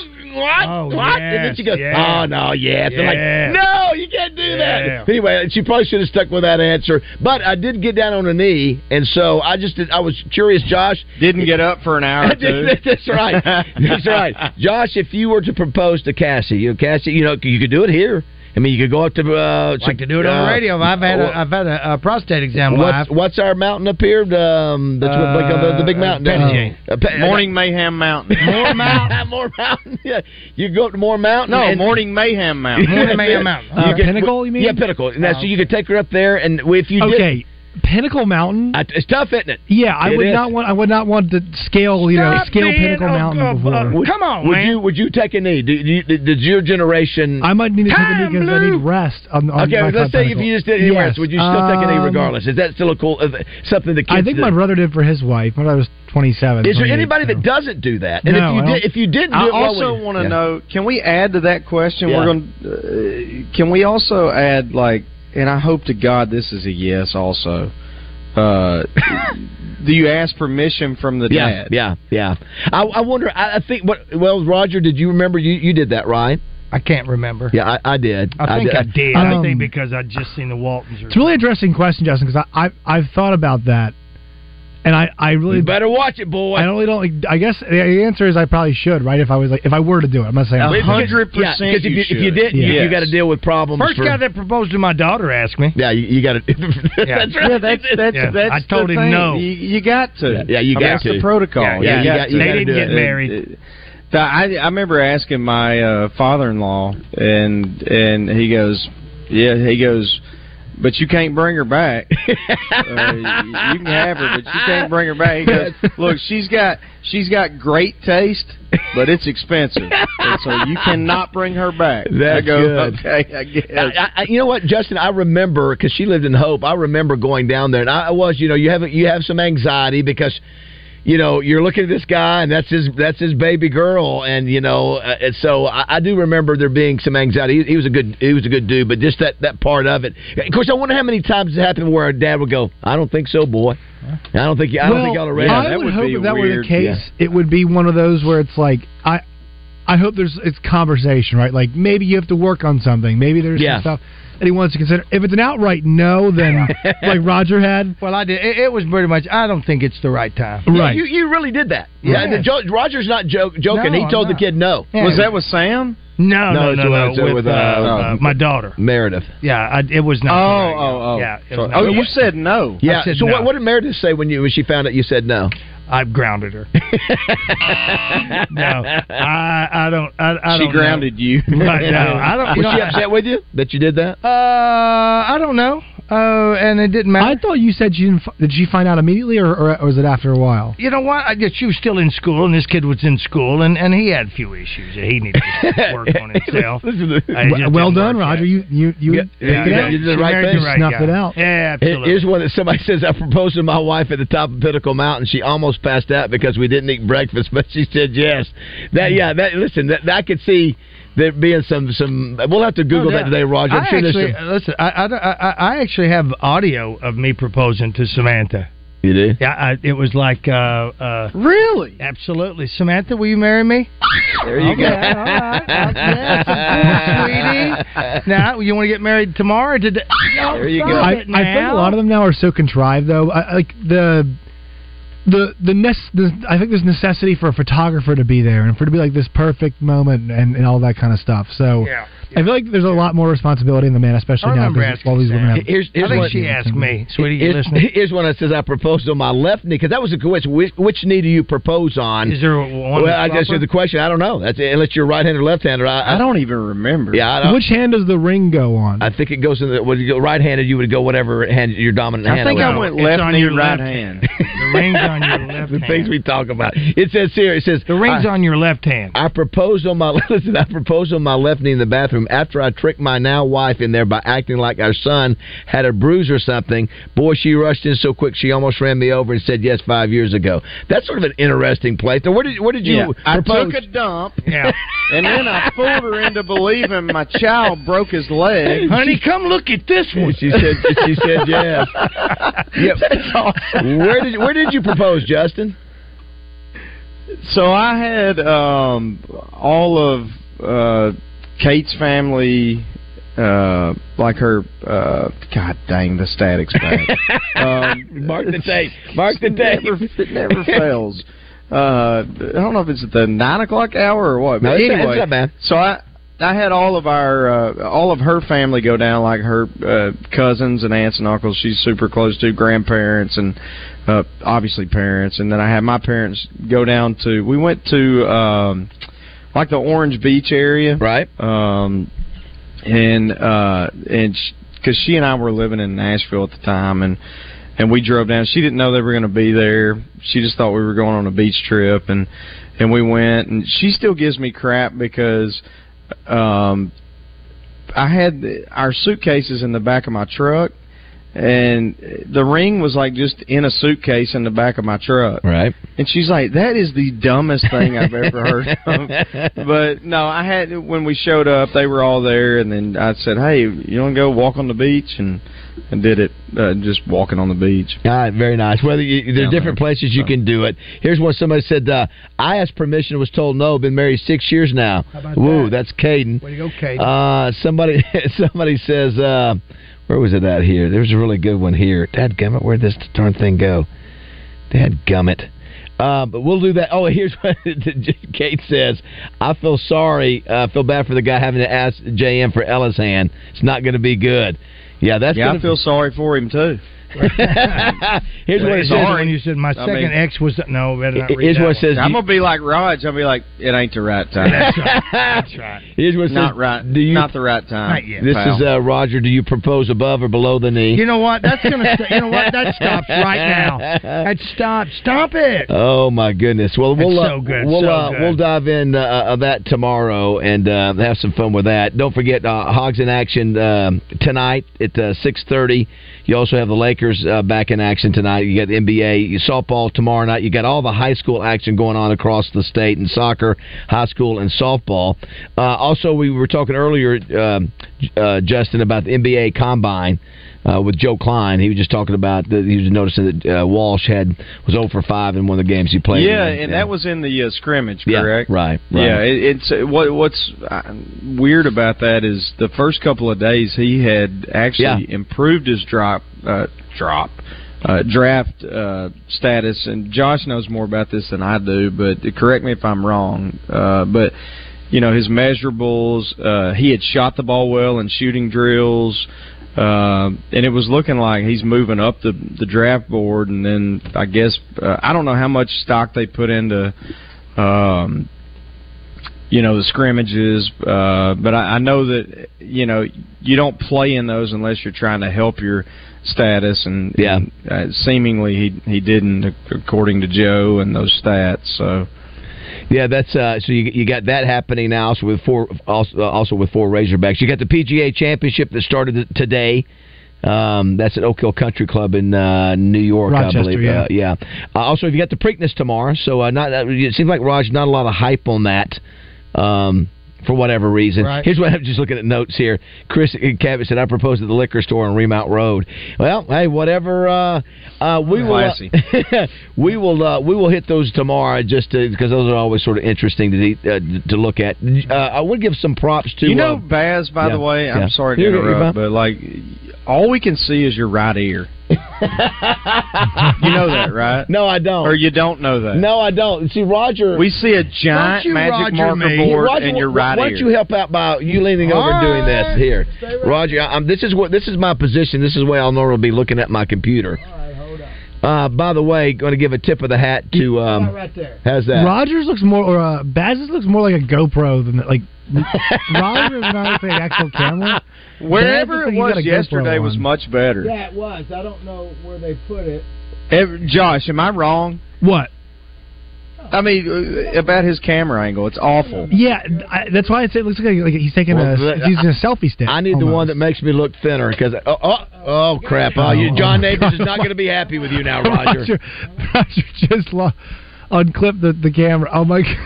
[SPEAKER 7] Oh,
[SPEAKER 5] what? and then
[SPEAKER 7] yes,
[SPEAKER 5] she goes,
[SPEAKER 7] yes.
[SPEAKER 5] oh no, yes. I'm
[SPEAKER 7] Yeah.
[SPEAKER 5] like, no, you can't do
[SPEAKER 7] Yeah.
[SPEAKER 5] that. Anyway, she probably should have stuck with that answer, but I did get down on a knee, and so I just did, I was curious, Josh.
[SPEAKER 8] Didn't get up for an hour or two.
[SPEAKER 5] (laughs) That's right. That's right.
[SPEAKER 8] (laughs)
[SPEAKER 5] Josh, if you were to propose to Cassie, you know, Cassie, you know, you could do it here. I mean, you could go up to uh,
[SPEAKER 7] Like to do it on
[SPEAKER 5] uh,
[SPEAKER 7] the radio. I've had a, I've had a, uh prostate exam live.
[SPEAKER 5] What's, what's our mountain up here? Um, that's what, like uh, the, the big
[SPEAKER 7] Uh,
[SPEAKER 5] mountain.
[SPEAKER 7] Pettigang.
[SPEAKER 5] Uh, Pe-
[SPEAKER 8] Morning Mayhem Mountain.
[SPEAKER 5] More mountain. (laughs) more mountain. Yeah, you go up to more mountain.
[SPEAKER 8] No,
[SPEAKER 5] and-
[SPEAKER 8] Morning Mayhem
[SPEAKER 5] (laughs)
[SPEAKER 8] Mountain.
[SPEAKER 7] Morning Mayhem Mountain.
[SPEAKER 9] Uh,
[SPEAKER 5] You get-
[SPEAKER 9] Pinnacle, you mean?
[SPEAKER 5] Yeah, pinnacle. And that's,
[SPEAKER 9] Oh,
[SPEAKER 5] So you could take her up there, and if you did,
[SPEAKER 9] Okay, Pinnacle Mountain.
[SPEAKER 5] I, it's tough, isn't it?
[SPEAKER 9] yeah, I
[SPEAKER 5] it
[SPEAKER 9] would
[SPEAKER 5] is.
[SPEAKER 9] not want. I would not want to scale. You know,
[SPEAKER 7] Stop
[SPEAKER 9] scale
[SPEAKER 7] being
[SPEAKER 9] Pinnacle
[SPEAKER 7] a-
[SPEAKER 9] Mountain
[SPEAKER 7] a-
[SPEAKER 9] before.
[SPEAKER 7] a- Come on,
[SPEAKER 5] Would
[SPEAKER 7] man.
[SPEAKER 5] you would you take a knee? Do you, did, did your generation?
[SPEAKER 9] I might need to take a
[SPEAKER 7] Time
[SPEAKER 9] knee because I need
[SPEAKER 7] loop.
[SPEAKER 9] rest. On, on
[SPEAKER 5] okay,
[SPEAKER 9] my
[SPEAKER 5] let's say if
[SPEAKER 9] Pinnacle.
[SPEAKER 5] you just did it anywhere
[SPEAKER 9] Yes,
[SPEAKER 5] else, would you still take a knee
[SPEAKER 9] um,
[SPEAKER 5] regardless? Is that still a cool uh, something that kids
[SPEAKER 9] I think
[SPEAKER 5] do?
[SPEAKER 9] my brother did for his wife when I was 27.
[SPEAKER 5] Is there
[SPEAKER 9] 28,
[SPEAKER 5] anybody
[SPEAKER 9] so.
[SPEAKER 5] that doesn't do that? And
[SPEAKER 9] No,
[SPEAKER 5] if
[SPEAKER 9] I
[SPEAKER 5] you
[SPEAKER 9] don't-
[SPEAKER 5] did, if you did, do
[SPEAKER 8] I
[SPEAKER 5] it, what
[SPEAKER 8] also
[SPEAKER 5] would-
[SPEAKER 8] want to
[SPEAKER 5] Yeah.
[SPEAKER 8] know. Can we add to that question?
[SPEAKER 5] Yeah.
[SPEAKER 8] We're going. Uh, can we also add like? And I hope to God this is a yes. Also, uh, (laughs) do you ask permission from the
[SPEAKER 5] Yeah,
[SPEAKER 8] dad?
[SPEAKER 5] yeah, yeah. I, I wonder. I, I think. What, well, Roger, did you remember? You you did that, right?
[SPEAKER 7] I can't remember.
[SPEAKER 5] Yeah, I, I did.
[SPEAKER 7] I think I, did. I
[SPEAKER 9] Um,
[SPEAKER 7] think because I just seen the Waltons. Or
[SPEAKER 9] It's a really interesting question, Justin, because I, I I've thought about that, and I I really
[SPEAKER 5] You better watch it, boy.
[SPEAKER 9] I really don't. Like, I guess the answer is I probably should, right? If I was like, if I were to do it, I'm not saying.
[SPEAKER 8] A
[SPEAKER 5] Because-
[SPEAKER 8] hundred
[SPEAKER 5] yeah,
[SPEAKER 8] percent.
[SPEAKER 5] Because if you, if you
[SPEAKER 8] should.
[SPEAKER 5] did, you,
[SPEAKER 8] Yes.
[SPEAKER 5] got to deal with problems.
[SPEAKER 7] First
[SPEAKER 5] for-
[SPEAKER 7] guy that proposed to my daughter asked me.
[SPEAKER 5] yeah, you, you (laughs) got to.
[SPEAKER 7] Yeah.
[SPEAKER 5] that's right.
[SPEAKER 8] Yeah, that's that's
[SPEAKER 7] Yeah,
[SPEAKER 8] that's.
[SPEAKER 7] I told
[SPEAKER 8] the
[SPEAKER 7] him
[SPEAKER 8] thing.
[SPEAKER 7] no.
[SPEAKER 8] You, you got to.
[SPEAKER 5] Yeah, yeah, you
[SPEAKER 8] I
[SPEAKER 5] got
[SPEAKER 8] mean, that's
[SPEAKER 5] to.
[SPEAKER 8] the protocol.
[SPEAKER 7] Yeah, yeah,
[SPEAKER 5] you got-
[SPEAKER 8] to.
[SPEAKER 5] you They gotta
[SPEAKER 7] didn't do get it. married.
[SPEAKER 8] It-
[SPEAKER 7] (laughs)
[SPEAKER 8] it- so I, I remember asking my uh, father-in-law, and and he goes, yeah, he goes, but you can't bring her back. (laughs)
[SPEAKER 5] (laughs)
[SPEAKER 8] uh, you you can have her, but you can't bring her
[SPEAKER 7] (laughs)
[SPEAKER 8] back. He
[SPEAKER 5] (laughs)
[SPEAKER 8] goes, look, she's got she's got great taste, but it's expensive, and so you cannot bring her back. I
[SPEAKER 5] That's
[SPEAKER 8] go,
[SPEAKER 5] good.
[SPEAKER 8] okay, I guess.
[SPEAKER 5] I, I, you know what, Justin? I remember because she lived in Hope. I remember going down there, and I was, you know, you have you have some anxiety because, you know, you're looking at this guy, and that's his that's his baby girl, and you know, uh, and so I, I do remember there being some anxiety. He, he was a good he was a good dude, but just that that part of it. Of course, I wonder how many times it happened where a dad would go, "I don't think so, boy. I don't think you- I don't
[SPEAKER 9] well,
[SPEAKER 5] think y'all are ready."
[SPEAKER 9] I
[SPEAKER 8] that
[SPEAKER 9] would,
[SPEAKER 8] would
[SPEAKER 9] hope
[SPEAKER 8] be
[SPEAKER 9] if that were
[SPEAKER 8] weird,
[SPEAKER 9] the case, it would be one of those where it's like I. I hope there's it's conversation, right? Like maybe you have to work on something. Maybe there's
[SPEAKER 5] Yeah.
[SPEAKER 9] some stuff that he wants to consider. If it's an outright no,
[SPEAKER 5] (laughs)
[SPEAKER 9] then like Roger had,
[SPEAKER 7] Well, I did. It, it was pretty much. I don't think it's the right time.
[SPEAKER 5] Yeah,
[SPEAKER 9] right?
[SPEAKER 5] You, you really did that. Yeah.
[SPEAKER 7] Yes.
[SPEAKER 5] the jo- Roger's not joke, joking.
[SPEAKER 7] No,
[SPEAKER 5] he told
[SPEAKER 7] I'm
[SPEAKER 5] the
[SPEAKER 7] not.
[SPEAKER 5] kid no.
[SPEAKER 7] Yeah.
[SPEAKER 8] was that with Sam?
[SPEAKER 5] No,
[SPEAKER 7] No, no,
[SPEAKER 5] it's
[SPEAKER 7] no, no.
[SPEAKER 5] with- it's
[SPEAKER 7] with
[SPEAKER 5] with,
[SPEAKER 7] uh,
[SPEAKER 5] uh,
[SPEAKER 7] uh, my daughter.
[SPEAKER 5] Meredith.
[SPEAKER 7] Yeah, I, it was
[SPEAKER 8] Oh,
[SPEAKER 7] not. the right
[SPEAKER 8] oh, oh.
[SPEAKER 7] guy. Yeah. it was
[SPEAKER 5] Sorry.
[SPEAKER 7] not
[SPEAKER 8] Oh,
[SPEAKER 7] the
[SPEAKER 8] you
[SPEAKER 7] right-
[SPEAKER 8] said no.
[SPEAKER 5] Yeah.
[SPEAKER 7] said
[SPEAKER 5] So what,
[SPEAKER 7] no.
[SPEAKER 5] what did Meredith say when you when she found out you said no?
[SPEAKER 7] I've grounded her. (laughs)
[SPEAKER 8] (laughs)
[SPEAKER 7] no, I, I don't. I, I
[SPEAKER 8] She
[SPEAKER 7] don't know.
[SPEAKER 8] grounded you.
[SPEAKER 7] Right, no, (laughs) I don't.
[SPEAKER 5] Was
[SPEAKER 7] You know,
[SPEAKER 5] she
[SPEAKER 7] I-
[SPEAKER 5] upset with you that you did that?
[SPEAKER 7] Uh, I don't know. Uh, and it didn't
[SPEAKER 9] I
[SPEAKER 7] matter.
[SPEAKER 9] thought you said she didn't. F- did she find out immediately, or, or, or was it after a while?
[SPEAKER 7] you know what? I guess she was still in school, and this kid was in school, and, and he had a few issues that he needed to work on himself.
[SPEAKER 5] Listen to-
[SPEAKER 7] I just
[SPEAKER 9] Well, well
[SPEAKER 7] didn't
[SPEAKER 9] done,
[SPEAKER 7] work
[SPEAKER 9] Roger.
[SPEAKER 7] out.
[SPEAKER 9] You you you.
[SPEAKER 5] Yeah,
[SPEAKER 9] you
[SPEAKER 5] yeah,
[SPEAKER 9] did
[SPEAKER 5] yeah.
[SPEAKER 9] it.
[SPEAKER 5] You did the
[SPEAKER 7] she
[SPEAKER 5] right
[SPEAKER 7] married
[SPEAKER 5] thing.
[SPEAKER 9] Snuff
[SPEAKER 7] guy.
[SPEAKER 9] it out.
[SPEAKER 7] Yeah,
[SPEAKER 5] Here-
[SPEAKER 7] absolutely.
[SPEAKER 5] Here's one that somebody says I proposed to my wife at the top of Pinnacle Mountain. She almost passed out because we didn't eat breakfast, (laughs) but she said yes. That yeah. That listen. That, that I could see there being some some. We'll have to Google that
[SPEAKER 7] yeah.
[SPEAKER 5] today, Roger. I'm
[SPEAKER 7] I
[SPEAKER 5] sure there's
[SPEAKER 7] actually,
[SPEAKER 5] some-
[SPEAKER 7] listen, I, I, I, I actually have audio of me proposing to Samantha.
[SPEAKER 5] You do?
[SPEAKER 7] Yeah, I, it was like uh, uh,
[SPEAKER 8] really,
[SPEAKER 7] absolutely. Samantha, will you marry me?
[SPEAKER 8] There you
[SPEAKER 7] Okay, all right. Yes, sweetie. Now you want to get married tomorrow? Or today? There you
[SPEAKER 9] I, I think a lot of them now are so contrived, though. I, I- like the the the, nece- the I think there's necessity for a photographer to be there and for it to be like this perfect moment and, and all that kind of stuff. So
[SPEAKER 7] Yeah,
[SPEAKER 9] I feel like there's a lot more responsibility in the man, especially
[SPEAKER 7] I
[SPEAKER 9] now
[SPEAKER 7] remember
[SPEAKER 9] because all these women have.
[SPEAKER 5] Here's, here's
[SPEAKER 7] I think
[SPEAKER 5] what-
[SPEAKER 7] she asked me, sweetie. You
[SPEAKER 5] Here's,
[SPEAKER 7] listening?
[SPEAKER 5] (laughs) here's one that says I proposed on my left knee because that was a question. Which, which knee do you propose on?
[SPEAKER 7] Is there one?
[SPEAKER 5] well,
[SPEAKER 7] that's
[SPEAKER 5] I guess
[SPEAKER 7] proper?
[SPEAKER 5] the question. I don't know. That's it. unless you're right handed or left handed. I,
[SPEAKER 8] I don't even remember.
[SPEAKER 5] Yeah, I, don't,
[SPEAKER 9] Which hand does the ring go on?
[SPEAKER 5] I think it goes in the. Would you go right handed? You would go whatever hand your dominant
[SPEAKER 8] I
[SPEAKER 5] hand.
[SPEAKER 8] think
[SPEAKER 5] was.
[SPEAKER 8] I
[SPEAKER 7] No,
[SPEAKER 8] went
[SPEAKER 7] it's
[SPEAKER 8] left
[SPEAKER 7] on
[SPEAKER 8] knee,
[SPEAKER 7] your
[SPEAKER 8] right
[SPEAKER 7] left
[SPEAKER 8] hand.
[SPEAKER 7] the ring's on your
[SPEAKER 5] (laughs)
[SPEAKER 7] left
[SPEAKER 5] the
[SPEAKER 7] hand.
[SPEAKER 5] things we talk about. It says here. It says
[SPEAKER 7] the ring's
[SPEAKER 5] I,
[SPEAKER 7] on your left hand.
[SPEAKER 5] I proposed on my (laughs) listen. I proposed on my left knee in the bathroom after I tricked my now wife in there by acting like our son had a bruise or something. Boy, she rushed in so quick she almost ran me over and said yes five years ago. That's sort of an interesting place. Now, where did where did you
[SPEAKER 8] Yeah. I
[SPEAKER 5] propose?
[SPEAKER 8] took a dump
[SPEAKER 7] Yeah,
[SPEAKER 8] and then I fooled her into believing my child broke his leg.
[SPEAKER 7] honey, come look at this one.
[SPEAKER 5] she said she said
[SPEAKER 7] (laughs)
[SPEAKER 5] yes. Yep. Where did where did you propose, Justin?
[SPEAKER 8] So I had um, all of uh, Kate's family, uh, like her. Uh, God dang, the statics back.
[SPEAKER 10] (laughs)
[SPEAKER 8] um,
[SPEAKER 5] Mark the date. Mark the
[SPEAKER 8] it
[SPEAKER 5] date.
[SPEAKER 8] never, it
[SPEAKER 7] (laughs)
[SPEAKER 8] never
[SPEAKER 5] (laughs)
[SPEAKER 8] fails. Uh, I don't know if it's at the nine o'clock hour or what. But
[SPEAKER 5] No, it's-
[SPEAKER 8] anyway,
[SPEAKER 5] it's not bad.
[SPEAKER 8] so I. I had all of our, uh, all of her family go down, like her uh, cousins and aunts and uncles. She's super close to grandparents and uh, obviously parents. And then I had my parents go down to. We went to um, like the Orange Beach area,
[SPEAKER 5] Right.
[SPEAKER 8] um, and uh, and because she and I were living in Nashville at the time, and and we drove down. She didn't know they were going to be there. She just thought we were going on a beach trip, and and we went. And she still gives me crap because um, I had our suitcases in the back of my truck. And the ring was like just in a suitcase in the back of my truck.
[SPEAKER 5] Right.
[SPEAKER 8] And she's like, "That is the dumbest thing I've
[SPEAKER 5] (laughs)
[SPEAKER 8] ever heard of." But no, I had when we showed up, they were all there, and then I said, "Hey, you want to go walk on the beach?" and and did it, uh, just walking on the beach.
[SPEAKER 5] All right, very nice. Whether you, there are
[SPEAKER 8] Down
[SPEAKER 5] different
[SPEAKER 8] there.
[SPEAKER 5] places you can do it. Here's one somebody said: uh, I asked permission, was told no. Been married six years now.
[SPEAKER 7] about
[SPEAKER 5] Woo,
[SPEAKER 7] that?
[SPEAKER 5] that's Caden.
[SPEAKER 7] Way to go, Kate.
[SPEAKER 5] Uh, somebody, (laughs) somebody says, uh, where was it at here? There was a really good one here. Dad gummit, where'd this darn thing go? Dad gummit. Uh, but we'll do that. Oh, (laughs) here's what Kate says. I feel sorry. uh, feel bad for the guy having to ask JM for Ella's hand. It's not going to be good. Yeah, that's
[SPEAKER 8] Yeah,
[SPEAKER 5] gonna
[SPEAKER 8] I feel sorry for him too.
[SPEAKER 5] (laughs)
[SPEAKER 7] (laughs)
[SPEAKER 5] here's what it
[SPEAKER 7] Said
[SPEAKER 5] says.
[SPEAKER 7] When you said my second
[SPEAKER 8] mean-
[SPEAKER 7] ex was no, better
[SPEAKER 8] (laughs)
[SPEAKER 7] not read
[SPEAKER 5] Here's
[SPEAKER 7] that
[SPEAKER 5] what it
[SPEAKER 7] one.
[SPEAKER 5] says.
[SPEAKER 8] I'm gonna be like Raj. I'll be like, "It ain't the right
[SPEAKER 5] (laughs)
[SPEAKER 8] time.
[SPEAKER 7] That's right.
[SPEAKER 5] Here's what it
[SPEAKER 8] not
[SPEAKER 5] says.
[SPEAKER 8] right.
[SPEAKER 5] Do you,
[SPEAKER 8] not the right time."
[SPEAKER 7] Not yet.
[SPEAKER 5] this
[SPEAKER 8] pal.
[SPEAKER 5] is uh, Roger. Do you propose above or below the (laughs) knee?
[SPEAKER 7] You know what? That's gonna. St- you know what? That stops right now. That stops. Stop it.
[SPEAKER 5] Oh my goodness! Well, we'll
[SPEAKER 7] It's
[SPEAKER 5] uh,
[SPEAKER 7] so good,
[SPEAKER 5] we'll
[SPEAKER 7] so
[SPEAKER 5] uh,
[SPEAKER 7] good.
[SPEAKER 5] we'll dive in uh, uh, that tomorrow and uh, have some fun with that. Don't forget uh, Hogs in action um, tonight at uh, six thirty. You also have the Lakers uh, back in action tonight. You got the NBA, you softball tomorrow night. You got all the high school action going on across the state in soccer, high school, and softball. Uh, also, we were talking earlier, um, J- uh, Justin, about the NBA Combine uh, with Joe Klein. He was just talking about that he was noticing that uh, Walsh had was 0 for 5 in one of the games he played.
[SPEAKER 8] Yeah, and that was in the uh, scrimmage,
[SPEAKER 5] yeah,
[SPEAKER 8] correct?
[SPEAKER 5] Right, right.
[SPEAKER 8] Yeah, it, it's uh, what what's uh, weird about that is the first couple of days he had actually
[SPEAKER 5] Yeah.
[SPEAKER 8] improved his drop uh, drop uh, draft uh, status, and Josh knows more about this than I do. But correct me if I'm wrong. Uh, but you know his measurables, uh, he had shot the ball well in shooting drills. Uh, and it was looking like he's moving up the the draft board, and then I guess uh, I don't know how much stock they put into um, you know the scrimmages uh but I, I know that you know you don't play in those unless you're trying to help your status and
[SPEAKER 5] Yeah.
[SPEAKER 8] and, uh, seemingly he he didn't ac- according to Joe and those stats so
[SPEAKER 5] Yeah, that's uh, so you you got that happening now. So with four, also, also with four Razorbacks, you got the PGA Championship that started today. Um, that's at Oak Hill Country Club in uh, New York,
[SPEAKER 9] Rochester,
[SPEAKER 5] I believe.
[SPEAKER 9] yeah.
[SPEAKER 5] Uh, yeah. Uh, also, you got the Preakness tomorrow, so uh, not uh, it seems like Raj not a lot of hype on that. Um, for whatever reason.
[SPEAKER 7] Right.
[SPEAKER 5] Here's what I'm just looking at notes here. Chris Cabot said, "I proposed at the liquor store on Remount Road." Well, hey, whatever. Uh, uh, we will. uh,
[SPEAKER 8] Classy.
[SPEAKER 5] (laughs) we will. Uh, we will hit those tomorrow, just because those are always sort of interesting to de- uh, to look at. Uh, I would give some props to
[SPEAKER 8] you know,
[SPEAKER 5] uh,
[SPEAKER 8] Baz. By
[SPEAKER 5] yeah,
[SPEAKER 8] the way,
[SPEAKER 5] yeah.
[SPEAKER 8] I'm sorry to
[SPEAKER 5] You're- you're
[SPEAKER 8] interrupt,
[SPEAKER 5] fine.
[SPEAKER 8] but like, all we can see is your right
[SPEAKER 5] (laughs)
[SPEAKER 8] ear. you know that, right?
[SPEAKER 5] No, I don't.
[SPEAKER 8] Or you don't know that?
[SPEAKER 5] No, I don't. See, Roger.
[SPEAKER 8] We see a giant
[SPEAKER 7] you,
[SPEAKER 8] magic marker
[SPEAKER 7] Roger, me?
[SPEAKER 8] board
[SPEAKER 5] Roger,
[SPEAKER 8] and your
[SPEAKER 5] why-
[SPEAKER 8] right
[SPEAKER 5] Why
[SPEAKER 8] ear.
[SPEAKER 5] don't you help out by you leaning over and doing this here, Roger? I, I'm, this is what this is my position. This is where I'll normally be looking at my computer. Uh, by the way, going to give a tip of the hat to um,
[SPEAKER 7] right there.
[SPEAKER 5] how's that?
[SPEAKER 9] Rogers looks more, or uh, Baz's looks more like a GoPro than
[SPEAKER 5] (laughs)
[SPEAKER 9] like Rogers is not an actual
[SPEAKER 8] (laughs)
[SPEAKER 9] camera.
[SPEAKER 8] Wherever
[SPEAKER 9] Baz,
[SPEAKER 8] it
[SPEAKER 9] you got
[SPEAKER 8] was
[SPEAKER 9] a GoPro
[SPEAKER 8] yesterday was
[SPEAKER 9] on.
[SPEAKER 8] much better.
[SPEAKER 7] Yeah, it was. I don't know where they put it.
[SPEAKER 8] Ev- Josh, am I wrong?
[SPEAKER 9] What?
[SPEAKER 8] I mean, uh, about his camera angle, it's awful.
[SPEAKER 9] Yeah, I, that's why I say it looks like, like he's taking
[SPEAKER 5] Well,
[SPEAKER 9] a
[SPEAKER 5] but-
[SPEAKER 9] he's using a selfie stick.
[SPEAKER 5] I need the one that makes me look thinner because oh, oh oh crap! Oh, you, John Davis is not going to be happy with
[SPEAKER 9] (laughs)
[SPEAKER 5] you now, (laughs) Roger.
[SPEAKER 9] Uh, Roger, Roger just lo- unclipped the, the camera. Oh my! God.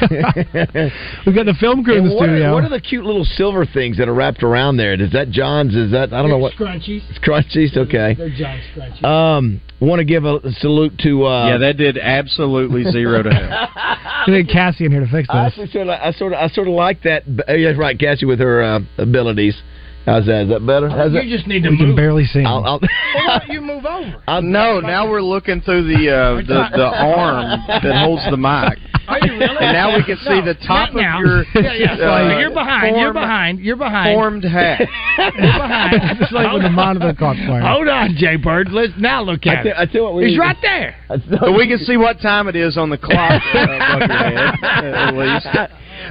[SPEAKER 9] (laughs) We've got the film crew in
[SPEAKER 5] And
[SPEAKER 9] the
[SPEAKER 5] what,
[SPEAKER 9] studio.
[SPEAKER 5] are, what are the cute little silver things that are wrapped around there? Is that John's? Is that I don't know what
[SPEAKER 7] Scrunchies.
[SPEAKER 5] crunchies? Okay.
[SPEAKER 7] They're giant scrunchies.
[SPEAKER 5] Um, want to give a salute to uh,
[SPEAKER 8] Yeah, that did absolutely zero to hell.
[SPEAKER 9] We need Cassie in here to fix
[SPEAKER 5] (laughs) I
[SPEAKER 9] this.
[SPEAKER 5] actually sort of, I sort of, I sort of like that. Uh, yeah, right, Cassie with her uh, abilities. How's that? Is that better? How's that?
[SPEAKER 7] you just need to
[SPEAKER 9] We can
[SPEAKER 7] move.
[SPEAKER 9] barely see. him.
[SPEAKER 5] I'll, I'll, (laughs)
[SPEAKER 7] Why don't you move over?
[SPEAKER 5] I'll,
[SPEAKER 8] No, now we're looking through the uh, the, the arm that holds the mic,
[SPEAKER 7] (laughs) Are you really?
[SPEAKER 8] and now we can see
[SPEAKER 7] No,
[SPEAKER 8] the top
[SPEAKER 7] not now.
[SPEAKER 8] of your
[SPEAKER 7] (laughs) Yeah, yeah.
[SPEAKER 8] uh,
[SPEAKER 7] you're behind. you're
[SPEAKER 8] form-
[SPEAKER 7] behind. You're behind.
[SPEAKER 8] formed hat.
[SPEAKER 7] (laughs) You're
[SPEAKER 8] (laughs)
[SPEAKER 7] behind.
[SPEAKER 9] Just like when the monitor caught fire.
[SPEAKER 7] Hold on, Jay Bird. Let's now
[SPEAKER 5] (laughs)
[SPEAKER 7] look
[SPEAKER 5] I
[SPEAKER 7] at
[SPEAKER 5] tell,
[SPEAKER 7] it.
[SPEAKER 5] I tell you what we
[SPEAKER 7] It's
[SPEAKER 5] need-
[SPEAKER 7] right there.
[SPEAKER 8] (laughs)
[SPEAKER 5] I tell,
[SPEAKER 8] But we can see what time it is on the clock
[SPEAKER 5] (laughs)
[SPEAKER 8] uh, above your head, at least.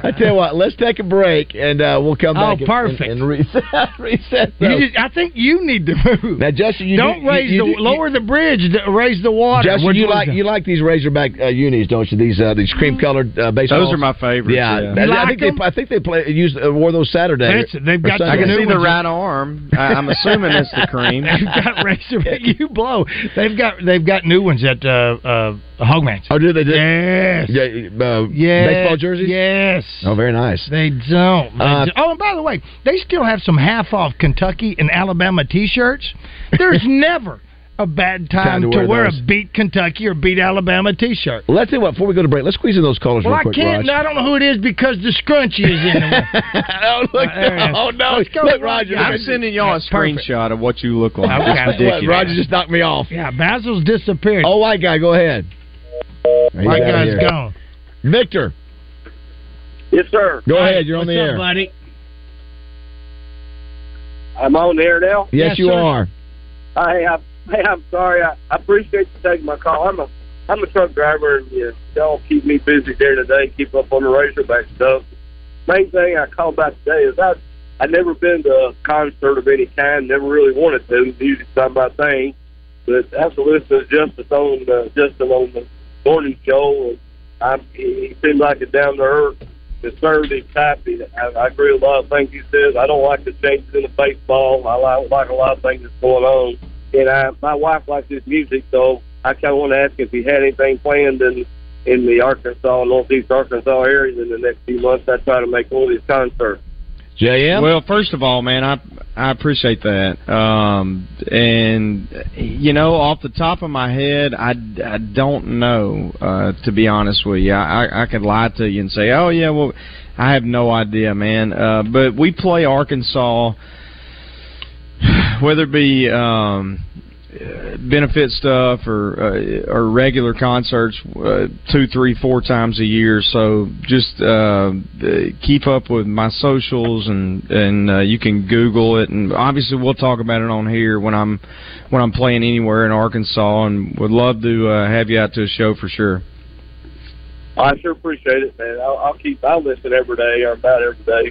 [SPEAKER 5] I tell you what, let's take a break and uh, we'll come
[SPEAKER 7] Oh,
[SPEAKER 5] back. and-
[SPEAKER 7] perfect.
[SPEAKER 5] And, and reset, reset those.
[SPEAKER 7] You just, I think you need to move.
[SPEAKER 5] now, Justin, you
[SPEAKER 7] Don't
[SPEAKER 5] do, you-
[SPEAKER 7] raise
[SPEAKER 5] you,
[SPEAKER 7] the
[SPEAKER 5] do-
[SPEAKER 7] lower the bridge. th- Raise the
[SPEAKER 5] You,
[SPEAKER 7] water.
[SPEAKER 5] Justin,
[SPEAKER 7] What
[SPEAKER 5] you
[SPEAKER 7] was
[SPEAKER 5] like
[SPEAKER 7] that?
[SPEAKER 5] you like these Razorback uh, unis, don't you? These uh, these cream colored uh, baseballs.
[SPEAKER 8] Those are my favorites.
[SPEAKER 5] Yeah,
[SPEAKER 8] yeah.
[SPEAKER 5] I,
[SPEAKER 7] You
[SPEAKER 5] I
[SPEAKER 7] like
[SPEAKER 5] think
[SPEAKER 7] 'em?
[SPEAKER 5] they I think they play used uh, wore those Saturday.
[SPEAKER 7] That's- they've
[SPEAKER 5] or
[SPEAKER 7] got
[SPEAKER 8] I
[SPEAKER 5] Sunday.
[SPEAKER 8] can
[SPEAKER 7] new
[SPEAKER 8] see the
[SPEAKER 7] ones.
[SPEAKER 8] right arm. I, I'm assuming it's the
[SPEAKER 7] (laughs)
[SPEAKER 8] cream.
[SPEAKER 7] They've
[SPEAKER 5] (laughs)
[SPEAKER 7] got Razorback. You blow. They've got they've got new ones at uh, uh, Hogman's.
[SPEAKER 5] Oh, do they? Do,
[SPEAKER 7] Yes.
[SPEAKER 5] Yeah, uh,
[SPEAKER 7] Yes.
[SPEAKER 5] baseball jerseys.
[SPEAKER 7] Yes.
[SPEAKER 5] Oh, very nice.
[SPEAKER 7] They don't. They
[SPEAKER 5] Uh,
[SPEAKER 7] don't. oh, and by the way, they still have some half off Kentucky and Alabama T-shirts.
[SPEAKER 5] (laughs)
[SPEAKER 7] There's never a bad time, to, wear,
[SPEAKER 5] those.
[SPEAKER 7] a beat Kentucky or beat Alabama T-shirt.
[SPEAKER 5] Well, let's tell you what. Before we go to break, let's squeeze in those callers
[SPEAKER 7] Well,
[SPEAKER 5] real
[SPEAKER 7] I
[SPEAKER 5] quick,
[SPEAKER 7] can't.
[SPEAKER 5] Raj.
[SPEAKER 7] I don't know who it is because the scrunchie is in the way.
[SPEAKER 5] (laughs) oh look!
[SPEAKER 7] Uh,
[SPEAKER 5] oh no!
[SPEAKER 7] let's go,
[SPEAKER 5] look,
[SPEAKER 7] Roger.
[SPEAKER 5] Roger.
[SPEAKER 8] I'm
[SPEAKER 5] look,
[SPEAKER 8] sending y'all a
[SPEAKER 7] That's perfect.
[SPEAKER 8] screenshot of what you look like.
[SPEAKER 7] Okay.
[SPEAKER 8] It's
[SPEAKER 5] look,
[SPEAKER 8] ridiculous.
[SPEAKER 5] Roger just knocked me off.
[SPEAKER 7] Yeah, Basil's disappeared.
[SPEAKER 5] Oh, white guy, go ahead. He's
[SPEAKER 7] my
[SPEAKER 5] outta
[SPEAKER 7] guy's
[SPEAKER 5] here.
[SPEAKER 7] gone.
[SPEAKER 5] Victor,
[SPEAKER 11] Yes, sir.
[SPEAKER 5] go ahead. You're on the
[SPEAKER 7] What's up,
[SPEAKER 5] air.
[SPEAKER 7] buddy?
[SPEAKER 11] I'm on the air now.
[SPEAKER 5] Yes,
[SPEAKER 7] Yes,
[SPEAKER 5] you
[SPEAKER 7] sir.
[SPEAKER 5] are.
[SPEAKER 11] Hey, I'm, hey, I'm sorry. I, I appreciate you taking my call. I'm a I'm a truck driver, and you, y'all keep me busy during the day, keep up on the Razorback stuff. Main thing I call about today is I I never been to a concert of any kind. Never really wanted to. Music's not my thing. But after listening to Justice on uh, Justin on the morning show, and I'm, he seemed like a down to earth, conservative type. He- I, I agree with a lot of things he says. I don't like the changes in the baseball. I like, like a lot of things that's going on. And I, my wife likes his music, so I kind of want to ask if he had anything planned in in the Arkansas, Northeast Arkansas areas in the next few months. I try to make one of these concerts.
[SPEAKER 5] JM.
[SPEAKER 8] Well, first of all, man, I I appreciate that. Um, and you know, off the top of my head, I, I don't know. Uh, to be honest with you, I, I I could lie to you and say, oh yeah, well, I have no idea, man. Uh, but we play Arkansas, (sighs) whether it be um, uh, benefit stuff or uh, or regular concerts uh, two, three, four times a year. So just uh, uh, keep up with my socials and and uh, you can Google it. And obviously, we'll talk about it on here when I'm when I'm playing anywhere in Arkansas. And would love to uh, have you out to a show for sure.
[SPEAKER 11] I sure appreciate it, man. I'll, I'll keep I listen every day or about every day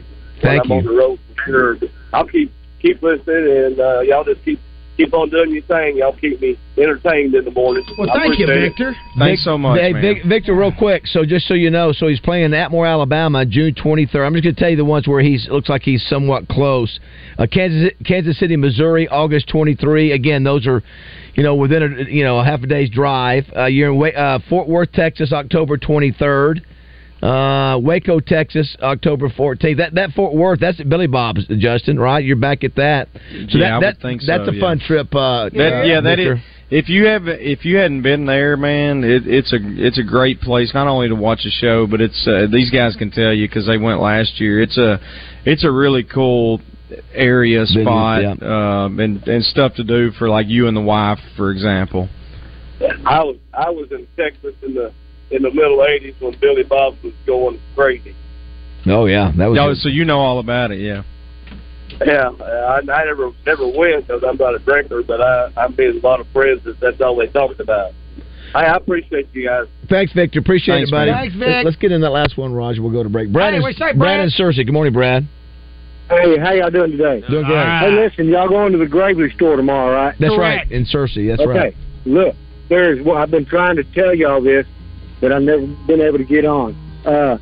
[SPEAKER 11] when
[SPEAKER 5] Thank
[SPEAKER 11] I'm
[SPEAKER 5] you.
[SPEAKER 11] on the road for sure. I'll keep keep listening, and uh, y'all just keep keep on doing your thing. Y'all keep me entertained in the morning.
[SPEAKER 7] Well,
[SPEAKER 11] I
[SPEAKER 7] thank you,
[SPEAKER 11] appreciate it.
[SPEAKER 7] Victor.
[SPEAKER 8] Thanks so much,
[SPEAKER 5] Hey,
[SPEAKER 8] man.
[SPEAKER 5] Vic- Victor, real quick. So just so you know, so he's playing Atmore, Alabama, June 23rd. I'm just going to tell you the ones where he's looks like he's somewhat close. Uh, Kansas, Kansas City, Missouri, August 23. Again, those are, you know, within a you know a half a day's drive. Uh, you're in Wa- uh, Fort Worth, Texas, October 23rd. Uh, Waco, Texas, October 14th. That that Fort Worth, that's at Billy Bob's, Justin, right? You're back at that. So
[SPEAKER 8] Yeah, I
[SPEAKER 5] that,
[SPEAKER 8] would
[SPEAKER 5] that-
[SPEAKER 8] think
[SPEAKER 5] that's
[SPEAKER 8] so,
[SPEAKER 5] a
[SPEAKER 8] yeah.
[SPEAKER 5] fun trip. Uh,
[SPEAKER 8] That,
[SPEAKER 5] uh,
[SPEAKER 8] yeah, that
[SPEAKER 5] Victor.
[SPEAKER 8] is. If you have, if you hadn't been there, man, it, it's a it's a great place not only to watch a show, but it's uh, these guys can tell you because they went last year. It's a it's a really cool area spot um, and and stuff to do for like you and the wife, for example.
[SPEAKER 11] I was I was in Texas in the in the middle '80s when Billy Bob was going crazy.
[SPEAKER 5] Oh yeah, that was.
[SPEAKER 8] Oh, so you know all about it, yeah.
[SPEAKER 11] Yeah, I, I never never went because I'm not a drinker, but I I made a lot of friends that that's all they talked about. I, I appreciate you guys.
[SPEAKER 5] Thanks, Victor. Appreciate
[SPEAKER 11] Thanks,
[SPEAKER 5] it, buddy.
[SPEAKER 11] man. Thanks, Vic.
[SPEAKER 5] Let's- Let's get in that last one, Roger. We'll go to break. Brad,
[SPEAKER 11] Hey,
[SPEAKER 5] is-
[SPEAKER 11] what's up,
[SPEAKER 5] Brad
[SPEAKER 11] Brad?
[SPEAKER 5] and Cersei. Good morning, Brad.
[SPEAKER 12] Hey, how y'all doing today?
[SPEAKER 5] Doing great.
[SPEAKER 12] Hey, listen, y'all going to the Gravely store tomorrow, right?
[SPEAKER 5] That's right. In Cersei. That's
[SPEAKER 12] okay.
[SPEAKER 5] right.
[SPEAKER 12] Look, there's well, I've been trying to tell y'all this, but I've never been able to get on. Uh,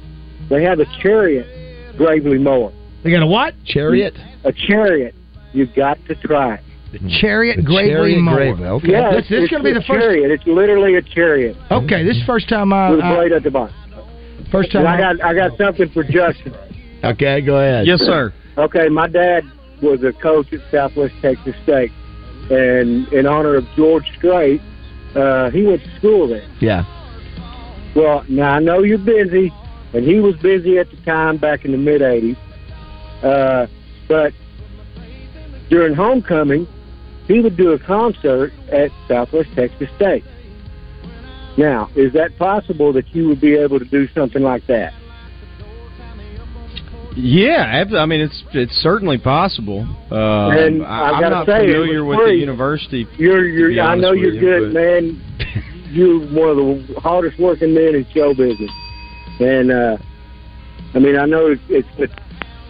[SPEAKER 12] they have a chariot Gravely mower.
[SPEAKER 7] They got a what?
[SPEAKER 5] Chariot.
[SPEAKER 12] A chariot. You've got to try it.
[SPEAKER 7] The chariot gravely
[SPEAKER 12] Gravely
[SPEAKER 7] mower.
[SPEAKER 12] Yeah,
[SPEAKER 7] this, this is
[SPEAKER 12] it's-
[SPEAKER 7] going to be the
[SPEAKER 12] it's
[SPEAKER 7] first.
[SPEAKER 12] chariot. It's literally a chariot
[SPEAKER 7] Okay, this is first time I.
[SPEAKER 12] with a
[SPEAKER 7] I-
[SPEAKER 12] blade at the bottom.
[SPEAKER 7] Uh, First time
[SPEAKER 12] And I
[SPEAKER 7] I-
[SPEAKER 12] got I got something for Justin.
[SPEAKER 5] Okay, go ahead.
[SPEAKER 12] Yes, sir. Okay, my dad was a coach at Southwest Texas State, and in honor of George Strait, uh, he went to school there.
[SPEAKER 5] Yeah.
[SPEAKER 12] Well, now I know you're busy, and he was busy at the time back in the mid '80s. Uh, but during homecoming, he would do a concert at Southwest Texas State. Now, is that possible that you would be able to do something like that?
[SPEAKER 8] Yeah, ab- I mean it's it's certainly possible. Um,
[SPEAKER 12] And
[SPEAKER 8] I,
[SPEAKER 12] I've
[SPEAKER 8] I'm
[SPEAKER 12] gotta
[SPEAKER 8] not
[SPEAKER 12] say, it
[SPEAKER 8] familiar
[SPEAKER 12] was
[SPEAKER 8] with the
[SPEAKER 12] free.
[SPEAKER 8] university.
[SPEAKER 12] You're,
[SPEAKER 8] to be
[SPEAKER 12] you're. I
[SPEAKER 8] honest
[SPEAKER 12] know
[SPEAKER 8] with
[SPEAKER 12] you're
[SPEAKER 8] you,
[SPEAKER 12] good, man.
[SPEAKER 8] (laughs)
[SPEAKER 12] You're one of the hardest working men in show business, and uh, I mean, I know it's, it's the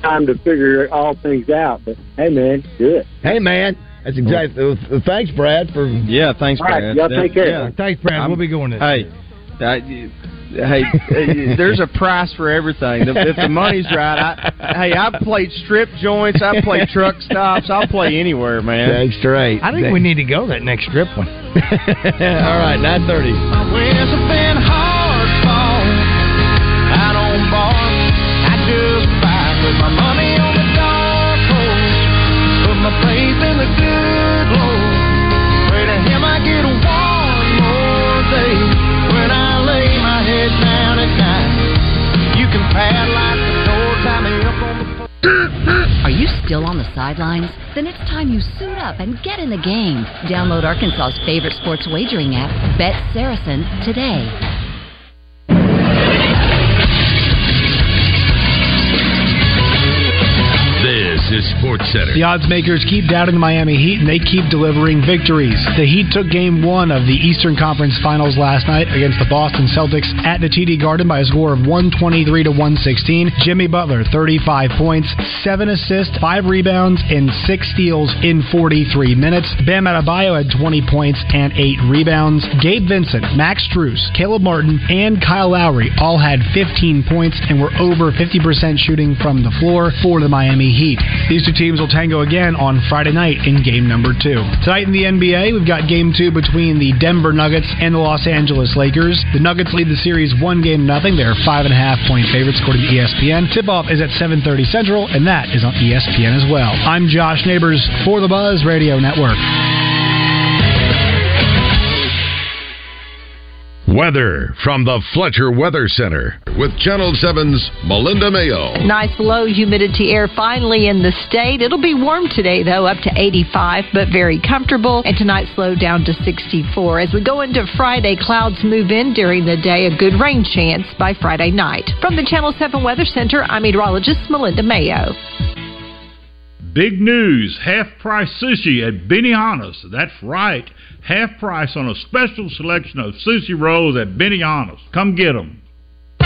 [SPEAKER 12] time to figure all things out. But hey, man, do it.
[SPEAKER 5] Hey, man. That's exactly. uh, Thanks, Brad, for.
[SPEAKER 8] Yeah, thanks,
[SPEAKER 12] All right,
[SPEAKER 8] Brad.
[SPEAKER 12] y'all take care.
[SPEAKER 7] Thanks, Brad.
[SPEAKER 8] I'm-
[SPEAKER 7] we'll be going to.
[SPEAKER 8] Hey, I, hey, (laughs) there's a price for everything. If, if the money's right, I, hey, I've played strip joints, I've played truck stops, I'll play anywhere, man.
[SPEAKER 5] Thanks, straight.
[SPEAKER 7] I think we need to go that next strip
[SPEAKER 5] (laughs)
[SPEAKER 7] one. All
[SPEAKER 5] right, nine thirty.
[SPEAKER 10] Wins have been hard fought. I don't bark, I just fight. Put my money on the dark horse, put my faith in the good Lord. Pray to Him I get one more day. When I lay my head down at night, you can pad like the door, tie me up on the
[SPEAKER 13] Are you still on the sidelines? Then it's time you suit up and get in the game. Download Arkansas's favorite sports wagering app, Bet Saracen, today.
[SPEAKER 14] This is Sports Center.
[SPEAKER 9] The odds makers keep doubting the Miami Heat, and they keep delivering victories. The Heat took Game One of the Eastern Conference Finals last night against the Boston Celtics at the TD Garden by a score of 123 to 116. Jimmy Butler, 35 points, seven assists, five rebounds, and six steals in 43 minutes. Bam Adebayo had 20 points and eight rebounds. Gabe Vincent, Max Struess, Caleb Martin, and Kyle Lowry all had 15 points and were over 50% shooting from the floor for the Miami Heat. These two teams will tango again on Friday night in game number two. Tonight in the NBA, we've got game two between the Denver Nuggets and the Los Angeles Lakers. The Nuggets lead the series one game nothing. They're five and a half point favorites according to E ESPN. Tip-off is at 7:30 Central, and that is on E ESPN as well. I'm Josh Neighbors for the Buzz Radio Network.
[SPEAKER 1] Weather from the Fletcher Weather Center with Channel 7's Melinda Mayo.
[SPEAKER 15] Nice low humidity air finally in the state. It'll be warm today, though, up to 85, but very comfortable. And tonight, slow down to 64. As we go into Friday, clouds move in during the day, a good rain chance by Friday night. From the Channel 7 Weather Center, I'm meteorologist Melinda Mayo.
[SPEAKER 6] Big news half price sushi at Benihana's. That's right, half price on a special selection of sushi rolls at Benihana's. Come get 'em.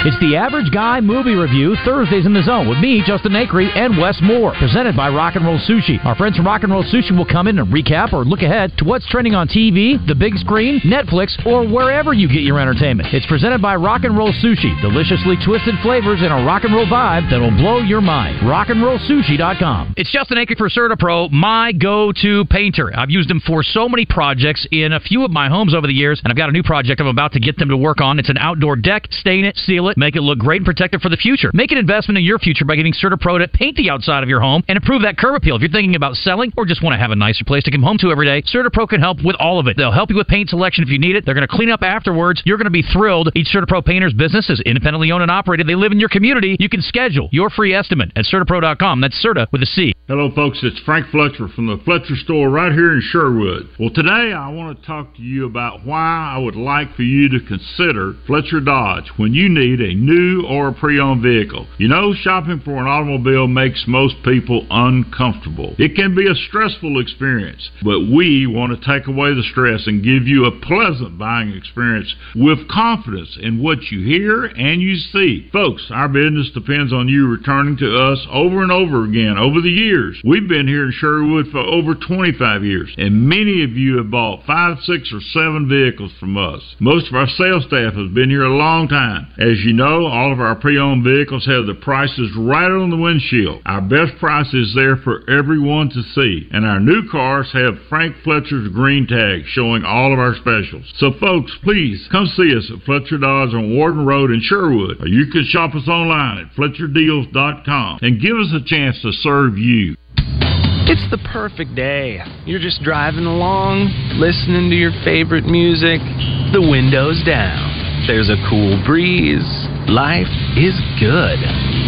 [SPEAKER 16] It's the Average Guy Movie Review, Thursdays in the Zone with me, Justin Akery, and Wes Moore, presented by Rock and Roll Sushi. Our friends from Rock and Roll Sushi will come in and recap or look ahead to what's trending on TV, the big screen, Netflix, or wherever you get your entertainment. It's presented by Rock and Roll Sushi, deliciously twisted flavors and a rock and roll vibe that'll blow your mind. Rockandrollsushi.com.
[SPEAKER 17] It's Justin Aker for CertaPro, my go-to painter. I've used them for so many projects in a few of my homes over the years, and I've got a new project I'm about to get them to work on. It's an outdoor deck. Stain it, seal it, it, make it look great, and protect it for the future. Make an investment in your future by getting CertaPro to paint the outside of your home and improve that curb appeal. If you're thinking about selling or just want to have a nicer place to come home to every day, CertaPro can help with all of it. They'll help you with paint selection if you need it. They're going to clean up afterwards. You're going to be thrilled. Each CertaPro painter's business is independently owned and operated. They live in your community. You can schedule your free estimate at CertaPro.com. That's Certa with a C.
[SPEAKER 6] Hello, folks. It's Frank Fletcher from the Fletcher store right here in Sherwood. Well, today I want to talk to you about why I would like for you to consider Fletcher Dodge when you need a new or a pre owned vehicle. You know, shopping for an automobile makes most people uncomfortable. It can be a stressful experience, but we want to take away the stress and give you a pleasant buying experience with confidence in what you hear and you see. Folks, our business depends on you returning to us over and over again over the years. We've been here in Sherwood for over 25 years, and many of you have bought five, six, or seven vehicles from us. Most of our sales staff has been here a long time. As you know, all of our pre-owned vehicles have the prices right on the windshield. Our best price is there for everyone to see, and our new cars have Frank Fletcher's green tag showing all of our specials. So, folks, please come see us at Fletcher Dodge on Warden Road in Sherwood, or you can shop us online at FletcherDeals.com and give us a chance to serve you.
[SPEAKER 18] It's the perfect day. You're just driving along, listening to your favorite music, the windows down. There's a cool breeze. Life is good.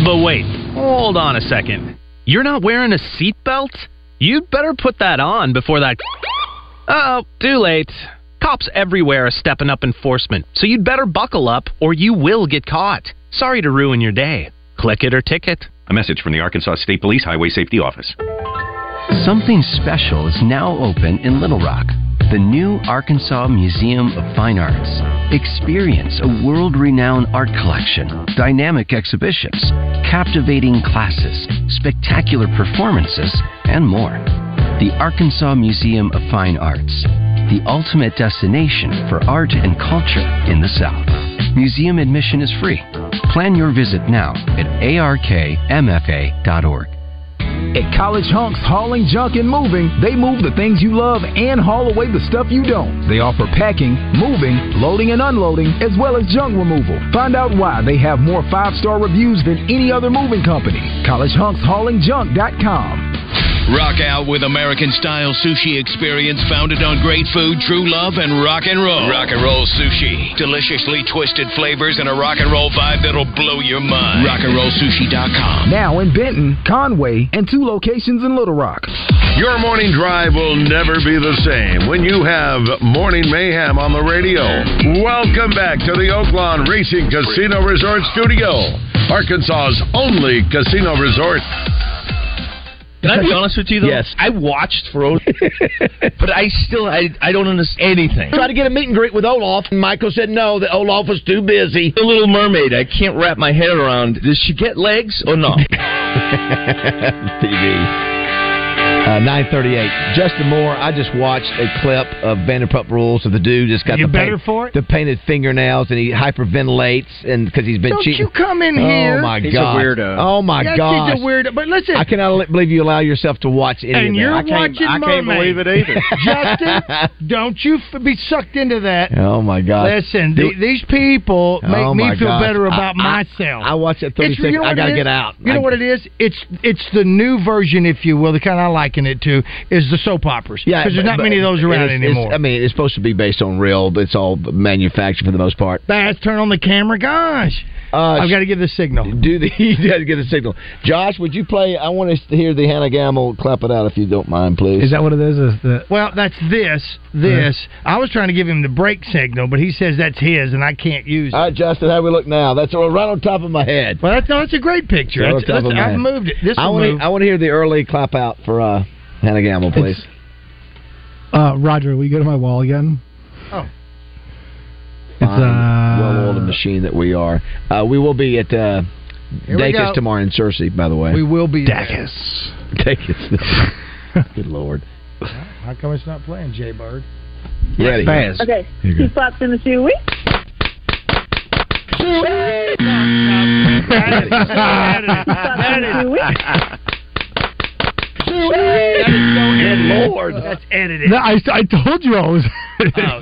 [SPEAKER 18] But wait, hold on a second. You're not wearing a seatbelt? You'd better put that on before that. (laughs) Oh, too late. Cops everywhere are stepping up enforcement, so you'd better buckle up or you will get caught. Sorry to ruin your day. Click it or ticket.
[SPEAKER 19] A message from the Arkansas State Police Highway Safety Office.
[SPEAKER 20] Something special is now open in Little Rock, the new Arkansas Museum of Fine Arts. Experience a world renowned art collection, dynamic exhibitions, captivating classes, spectacular performances, and more. The Arkansas Museum of Fine Arts, the ultimate destination for art and culture in the South. Museum admission is free. Plan your visit now at arkmfa.org.
[SPEAKER 21] At College Hunks Hauling Junk and Moving, they move the things you love and haul away the stuff you don't. They offer packing, moving, loading and unloading, as well as junk removal. Find out why they have more five-star reviews than any other moving company. CollegeHunksHaulingJunk.com.
[SPEAKER 22] Rock out with American style sushi experience founded on great food, true love, and rock and roll. Rock and roll sushi. Deliciously twisted flavors and a rock and roll vibe that'll blow your mind.
[SPEAKER 7] (laughs)
[SPEAKER 22] Rockandrollsushi.com.
[SPEAKER 21] Now in Benton, Conway, and two locations in Little Rock.
[SPEAKER 1] Your morning drive will never be the same when you have Morning Mayhem on the radio. Welcome back to the Oaklawn Racing Casino Resort Studio, Arkansas's only casino resort.
[SPEAKER 23] Can I be honest with you though?
[SPEAKER 5] Yes.
[SPEAKER 23] I watched
[SPEAKER 1] (laughs)
[SPEAKER 23] Frozen, but I still I, I don't understand anything.
[SPEAKER 5] Tried to get a meet and greet with Olaf, and Michael said no, that Olaf was too busy.
[SPEAKER 23] The Little Mermaid, I can't wrap my head around. Does she get legs or
[SPEAKER 5] (laughs)
[SPEAKER 23] no?
[SPEAKER 5] TV. Uh, 938. Justin Moore, I just watched a clip of Vanderpump Rules of the dude just got
[SPEAKER 7] You
[SPEAKER 5] the,
[SPEAKER 7] better for
[SPEAKER 5] the painted fingernails and he hyperventilates and because he's been
[SPEAKER 7] Don't
[SPEAKER 5] cheating.
[SPEAKER 7] you come in
[SPEAKER 5] oh
[SPEAKER 7] here.
[SPEAKER 5] my
[SPEAKER 7] He's a
[SPEAKER 5] god.
[SPEAKER 7] weirdo.
[SPEAKER 5] Oh my
[SPEAKER 7] Yes, he's a
[SPEAKER 5] god.
[SPEAKER 7] weirdo. But listen-
[SPEAKER 5] I cannot li- believe you allow yourself to watch any of
[SPEAKER 7] and
[SPEAKER 5] that.
[SPEAKER 7] you're
[SPEAKER 5] I can't,
[SPEAKER 7] watching
[SPEAKER 5] I can't
[SPEAKER 7] Mermaid.
[SPEAKER 5] believe it either.
[SPEAKER 7] (laughs)
[SPEAKER 5] (laughs)
[SPEAKER 7] Justin, don't you f- be sucked into that.
[SPEAKER 5] Oh my god.
[SPEAKER 7] Listen,
[SPEAKER 5] Do-
[SPEAKER 7] th- these people make
[SPEAKER 5] Oh,
[SPEAKER 7] me
[SPEAKER 5] my
[SPEAKER 7] feel
[SPEAKER 5] gosh.
[SPEAKER 7] better
[SPEAKER 5] I-
[SPEAKER 7] about
[SPEAKER 5] I-
[SPEAKER 7] myself.
[SPEAKER 5] I watched that 30
[SPEAKER 7] It's- you know
[SPEAKER 5] seconds. I
[SPEAKER 7] what it
[SPEAKER 5] gotta
[SPEAKER 7] is?
[SPEAKER 5] get out.
[SPEAKER 7] You know
[SPEAKER 5] I-
[SPEAKER 7] what it is? It's it's the new version, if you will, the kind I liken it to is the soap operas.
[SPEAKER 5] Yeah,
[SPEAKER 7] because there's not
[SPEAKER 5] but-
[SPEAKER 7] many of those
[SPEAKER 5] but
[SPEAKER 7] around
[SPEAKER 5] it's- it's-
[SPEAKER 7] anymore.
[SPEAKER 5] I mean, it's supposed to be based on real, but it's all manufactured for the most part.
[SPEAKER 7] Bass, turn on the camera. Gosh,
[SPEAKER 5] I've
[SPEAKER 7] got to give the signal.
[SPEAKER 5] (laughs) Do the he does get a signal. Josh, would you play? I want to hear the Hannah Gamble clap it out if you don't mind, please. Is that what it is? is the,
[SPEAKER 7] Well, that's this. This. I was trying to give him the break signal, but he says that's his, and I can't use it.
[SPEAKER 5] all right, Justin, how we look now? That's right on top of my head.
[SPEAKER 7] Well, that's no, that's a great picture.
[SPEAKER 5] Right on
[SPEAKER 7] That's-
[SPEAKER 5] top of
[SPEAKER 7] listen,
[SPEAKER 5] my
[SPEAKER 7] I've
[SPEAKER 5] head.
[SPEAKER 7] moved it. This
[SPEAKER 5] I
[SPEAKER 7] will
[SPEAKER 5] wanna-
[SPEAKER 7] move.
[SPEAKER 5] I want to hear the early clap out for uh, Hannah Gamble, please.
[SPEAKER 9] Uh, Roger, will you go to my wall again?
[SPEAKER 7] uh,
[SPEAKER 5] Fine, well-oiled machine that we are. Uh, we will be at uh,
[SPEAKER 7] Here we
[SPEAKER 5] Dacus
[SPEAKER 7] go.
[SPEAKER 5] tomorrow in Searcy, by the way.
[SPEAKER 7] We will be there.
[SPEAKER 5] (laughs) Dacus.
[SPEAKER 7] (laughs)
[SPEAKER 5] Good lord.
[SPEAKER 7] How come it's not playing, Jay Bird?
[SPEAKER 5] Ready.
[SPEAKER 24] Okay.
[SPEAKER 5] Here you go.
[SPEAKER 24] He flops in the shoe. Whee!
[SPEAKER 5] Good lord.
[SPEAKER 7] That's edited.
[SPEAKER 5] Oh, I, I told you I was.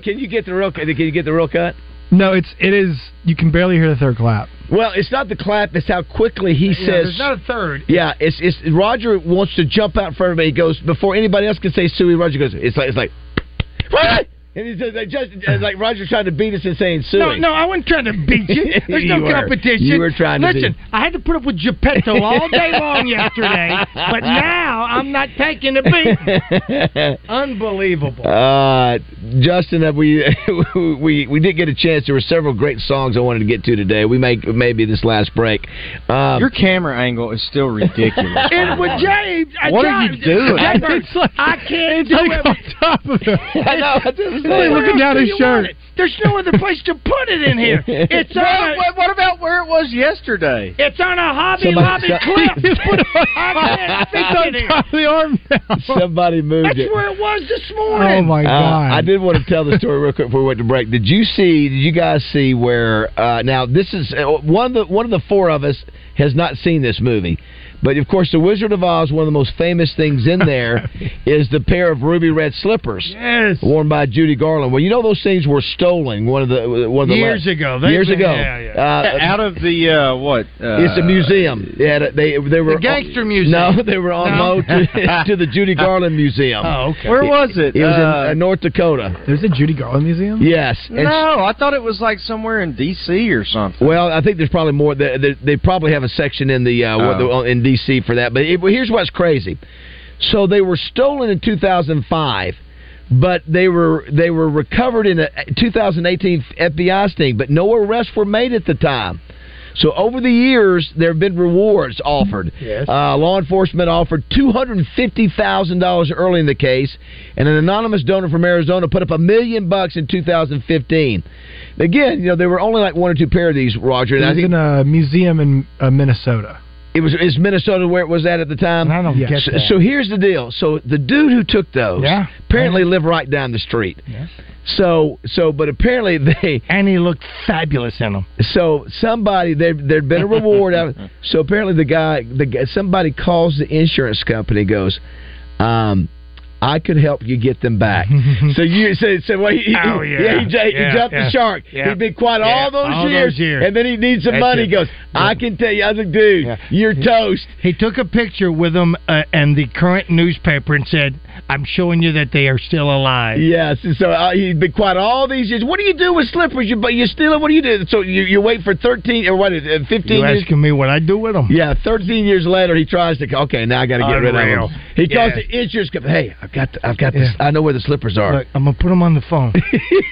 [SPEAKER 5] can you get the real? Can you get the real cut?
[SPEAKER 2] No, it's it is. You can barely hear the third clap.
[SPEAKER 5] Well, it's not the clap; it's how quickly he
[SPEAKER 2] Yeah,
[SPEAKER 5] says.
[SPEAKER 2] there's not a third.
[SPEAKER 5] Yeah, it's it's Roger wants to jump out for everybody. He goes before anybody else can say Suey. Roger goes. It's like it's like. "Roger!" And he says, like, just, it's like Roger's trying to beat us and saying Suey.
[SPEAKER 7] No, no, I wasn't trying to
[SPEAKER 5] (laughs)
[SPEAKER 7] beat you. There's no
[SPEAKER 5] You were.
[SPEAKER 7] competition.
[SPEAKER 5] You were trying to
[SPEAKER 7] Listen,
[SPEAKER 5] be-
[SPEAKER 7] I had to put up with Geppetto all day long yesterday, but now I'm not taking the (laughs)
[SPEAKER 5] (laughs)
[SPEAKER 7] beat. Unbelievable.
[SPEAKER 5] Uh, Justin, have we (laughs) we we did get a chance. There were several great songs I wanted to get to today. We may maybe this last break. Um,
[SPEAKER 8] Your camera angle is still ridiculous.
[SPEAKER 10] (laughs)
[SPEAKER 7] And with James, I
[SPEAKER 8] What are you
[SPEAKER 7] James-
[SPEAKER 8] doing?
[SPEAKER 7] James,
[SPEAKER 8] (laughs) It's like-
[SPEAKER 7] I
[SPEAKER 8] it's
[SPEAKER 7] can't do
[SPEAKER 8] like
[SPEAKER 7] it.
[SPEAKER 8] on
[SPEAKER 2] top of
[SPEAKER 7] (laughs)
[SPEAKER 2] him.
[SPEAKER 5] I know. I
[SPEAKER 2] He's like looking down his shirt.
[SPEAKER 7] There's no other place to put it
[SPEAKER 5] (laughs)
[SPEAKER 7] in here. It's
[SPEAKER 8] Well,
[SPEAKER 7] on.
[SPEAKER 8] what, what about where it was yesterday?
[SPEAKER 7] It's on a Hobby
[SPEAKER 8] Somebody-
[SPEAKER 7] Lobby
[SPEAKER 5] (laughs)
[SPEAKER 7] clip. I
[SPEAKER 8] It's
[SPEAKER 7] can't fit it in.
[SPEAKER 2] the arm
[SPEAKER 5] Somebody moved
[SPEAKER 7] That's
[SPEAKER 5] it.
[SPEAKER 7] where it was this
[SPEAKER 8] Oh,
[SPEAKER 7] morning.
[SPEAKER 5] Uh, I did want to tell the story real quick before we went to break. Did you see? Did you guys see where? Uh, now this is uh, one of the one of the four of us has not seen this movie, but of course, The Wizard of Oz. One of the most famous things
[SPEAKER 8] (laughs)
[SPEAKER 5] in there is the pair of ruby red slippers worn by Judy Garland. Well, you know those things were stolen. One of the uh, one of the
[SPEAKER 8] Years
[SPEAKER 5] last-
[SPEAKER 8] ago. They-
[SPEAKER 5] years ago.
[SPEAKER 8] yeah,
[SPEAKER 5] Uh,
[SPEAKER 8] Out of the uh, what? Uh,
[SPEAKER 5] it's a museum. Yeah, they they were
[SPEAKER 8] gangster
[SPEAKER 5] museum. No, they were on
[SPEAKER 8] No?
[SPEAKER 5] loan
[SPEAKER 8] (laughs)
[SPEAKER 5] (laughs) to, to the Judy Garland
[SPEAKER 7] (laughs)
[SPEAKER 5] Museum.
[SPEAKER 8] Oh, okay. Where was it?
[SPEAKER 5] It was in
[SPEAKER 8] Uh,
[SPEAKER 5] uh, North Dakota.
[SPEAKER 2] There's a Judy Garland Museum.
[SPEAKER 5] Yes. and
[SPEAKER 8] No, I thought it was like somewhere in D.C. or something.
[SPEAKER 5] Well, I think there's probably more. They, they, they probably have a section in the uh, what the-
[SPEAKER 8] Oh.
[SPEAKER 5] in D.C. for that. But it, well, here's what's crazy. So they were stolen in 2005, but they were they were recovered in a 2018 FBI sting, but no arrests were made at the time. So over the years, there have been rewards offered.
[SPEAKER 10] Yes.
[SPEAKER 5] Uh, law enforcement offered two hundred and fifty thousand dollars early in the case, and an anonymous donor from Arizona put up a million bucks in two thousand fifteen. Again, you know there were only like one or two pair of these, Roger. And I
[SPEAKER 2] There's
[SPEAKER 5] think
[SPEAKER 2] in a museum in uh, Minnesota.
[SPEAKER 5] it was is Minnesota where it was at at the time. I
[SPEAKER 2] don't Yes. get
[SPEAKER 5] so,
[SPEAKER 2] that.
[SPEAKER 5] so here's the deal. So the dude who took those
[SPEAKER 2] Yeah.
[SPEAKER 5] apparently lived right down the street. So so, but apparently (laughs) they
[SPEAKER 7] and he looked fabulous in them.
[SPEAKER 5] So somebody there there'd been a reward. out of- so apparently the guy the guy, somebody calls the insurance company goes. um I could help you get them back. so you said, so, so well, he, he-
[SPEAKER 10] Oh, yeah.
[SPEAKER 5] he, ju- he
[SPEAKER 10] Yeah,
[SPEAKER 5] jumped
[SPEAKER 10] yeah.
[SPEAKER 5] the shark.
[SPEAKER 10] Yeah.
[SPEAKER 5] He'd been quiet
[SPEAKER 10] Yeah,
[SPEAKER 5] all, those,
[SPEAKER 10] all
[SPEAKER 5] years,
[SPEAKER 10] those years.
[SPEAKER 5] and then he needs some
[SPEAKER 7] That's
[SPEAKER 5] money.
[SPEAKER 7] it.
[SPEAKER 5] He goes, I can tell you, other dude, you're toast.
[SPEAKER 7] He took a picture with them uh, and the current newspaper and said, "I'm showing you that they are still alive."
[SPEAKER 5] Yes, and so uh, he's been quiet all these years. What do you do with slippers? You but you steal them. What do you do? So you, you wait for thirteen or what is it, uh, fifteen
[SPEAKER 7] You
[SPEAKER 5] years?
[SPEAKER 7] asking me what I do with them?
[SPEAKER 5] Yeah, thirteen years later, he tries to. Okay, now I got to get rid
[SPEAKER 7] Unreal.
[SPEAKER 5] of them. He calls
[SPEAKER 7] Yeah.
[SPEAKER 5] the insurance company.
[SPEAKER 7] (laughs)
[SPEAKER 5] Hey, I've got, the, I've got this. I know where the slippers are.
[SPEAKER 7] Look, I'm gonna put them on the
[SPEAKER 5] (laughs)
[SPEAKER 7] phone.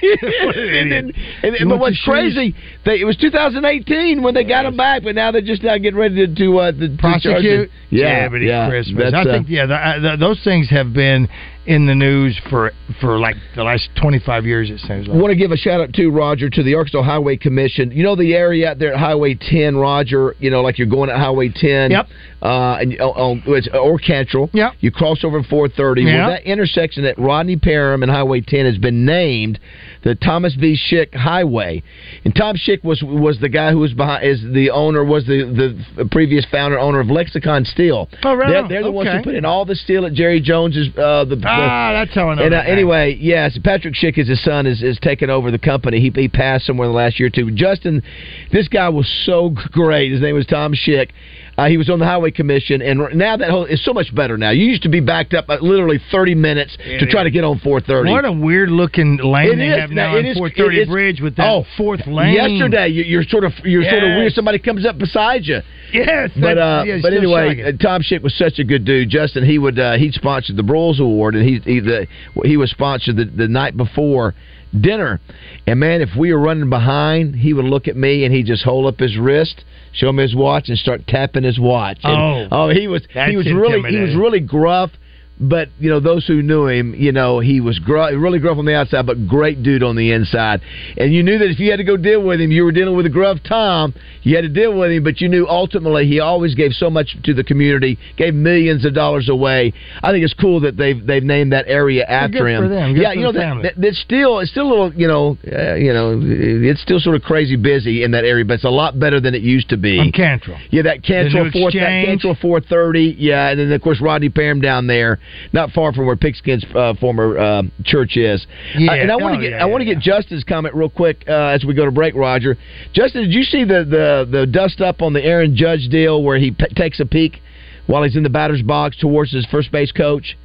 [SPEAKER 5] and, then- and-
[SPEAKER 7] You
[SPEAKER 5] but
[SPEAKER 7] want
[SPEAKER 5] what's
[SPEAKER 7] your shoes?
[SPEAKER 5] crazy? They, it was 2018 when they got them back, but now they're just now getting ready to, to uh, to to charge them.
[SPEAKER 7] Prosecute.
[SPEAKER 5] Yeah,
[SPEAKER 7] but it's
[SPEAKER 5] yeah,
[SPEAKER 7] Christmas.
[SPEAKER 5] that's,
[SPEAKER 7] I
[SPEAKER 5] uh,
[SPEAKER 7] think yeah, th th those things have been in the news for for like the last 25 years. It seems like.
[SPEAKER 5] want to give a shout out to Roger to the Arkansas Highway Commission. You know the area out there at Highway 10, Roger. You know, like you're going at Highway 10.
[SPEAKER 7] Yep.
[SPEAKER 5] Uh, and on, it's uh, or Cantrell. Yep. You cross over in 430.
[SPEAKER 7] Yeah.
[SPEAKER 5] Well, that intersection at Rodney Parham and Highway 10 has been named the Thomas V. Schick Highway. And Tom Schick was was the guy who was behind is the owner was the the previous founder owner of Lexicon Steel.
[SPEAKER 7] Oh, right
[SPEAKER 5] They're,
[SPEAKER 7] on.
[SPEAKER 5] they're the ones who
[SPEAKER 7] Okay.
[SPEAKER 5] put in all the steel at Jerry Jones's uh, the
[SPEAKER 7] Ah, that's how I know
[SPEAKER 5] and, uh,
[SPEAKER 7] that name.
[SPEAKER 5] anyway, yes, Patrick Schick is his son is is taking over the company. He he passed somewhere in the last year or two. Justin, this guy was so great. His name was Tom Schick. Uh, he was on the Highway Commission, and r- now that whole is so much better. Now you used to be backed up uh, literally thirty minutes to try to get on four thirty.
[SPEAKER 7] What a weird looking lane
[SPEAKER 5] It
[SPEAKER 7] they
[SPEAKER 5] is.
[SPEAKER 7] have
[SPEAKER 5] Now,
[SPEAKER 7] now
[SPEAKER 5] it
[SPEAKER 7] on
[SPEAKER 5] is-
[SPEAKER 7] 430
[SPEAKER 5] it is-
[SPEAKER 7] Bridge with that
[SPEAKER 5] Oh,
[SPEAKER 7] fourth lane.
[SPEAKER 5] Yesterday, you- you're sort of you're sort of
[SPEAKER 7] Yes.
[SPEAKER 5] weird. Somebody comes up beside you.
[SPEAKER 7] Yes,
[SPEAKER 5] but
[SPEAKER 7] that's-
[SPEAKER 5] uh,
[SPEAKER 7] yeah, it's
[SPEAKER 5] but
[SPEAKER 7] still
[SPEAKER 5] anyway,
[SPEAKER 7] shocking.
[SPEAKER 5] uh, Tom Schick was such a good dude. Justin, he would uh, he sponsored the Broyles Award, and he he, the, he was sponsored the, the night before dinner. And man, if we were running behind, he would look at me and he would just hold up his wrist, show me his watch, and start tapping his watch. And,
[SPEAKER 7] Oh.
[SPEAKER 5] he was
[SPEAKER 7] That's
[SPEAKER 5] he was really he was
[SPEAKER 7] intimidating.
[SPEAKER 5] really gruff. But you know those who knew him, you know he was gru- really gruff on the outside, but great dude on the inside. And you knew that if you had to go deal with him, you were dealing with a gruff Tom. You had to deal with him, but you knew ultimately he always gave so much to the community, gave millions of dollars away. I think it's cool that they've they've named that area after
[SPEAKER 7] good
[SPEAKER 5] him.
[SPEAKER 7] for them. Good
[SPEAKER 5] yeah,
[SPEAKER 7] for
[SPEAKER 5] you
[SPEAKER 7] the
[SPEAKER 5] know that,
[SPEAKER 7] family.
[SPEAKER 5] that, that's still it's still a little you know uh, you know it's still sort of crazy busy in that area, but it's a lot better than it used to be.
[SPEAKER 7] On Cantrell.
[SPEAKER 5] Yeah, that
[SPEAKER 7] The
[SPEAKER 5] Cantrell
[SPEAKER 7] new
[SPEAKER 5] four that
[SPEAKER 7] exchange.
[SPEAKER 5] Cantrell four thirty. Yeah, and then of course Rodney Parham down there. not far from where Pigskin's uh, former uh, church is.
[SPEAKER 10] Yeah.
[SPEAKER 5] Uh, and I want
[SPEAKER 10] Oh,
[SPEAKER 5] to get
[SPEAKER 10] yeah,
[SPEAKER 5] I want to get Justin's comment real quick uh, as we go to break. Roger, Justin, did you see the the the dust up on the Aaron Judge deal where he p- takes a peek while he's in the batter's box towards his first base coach?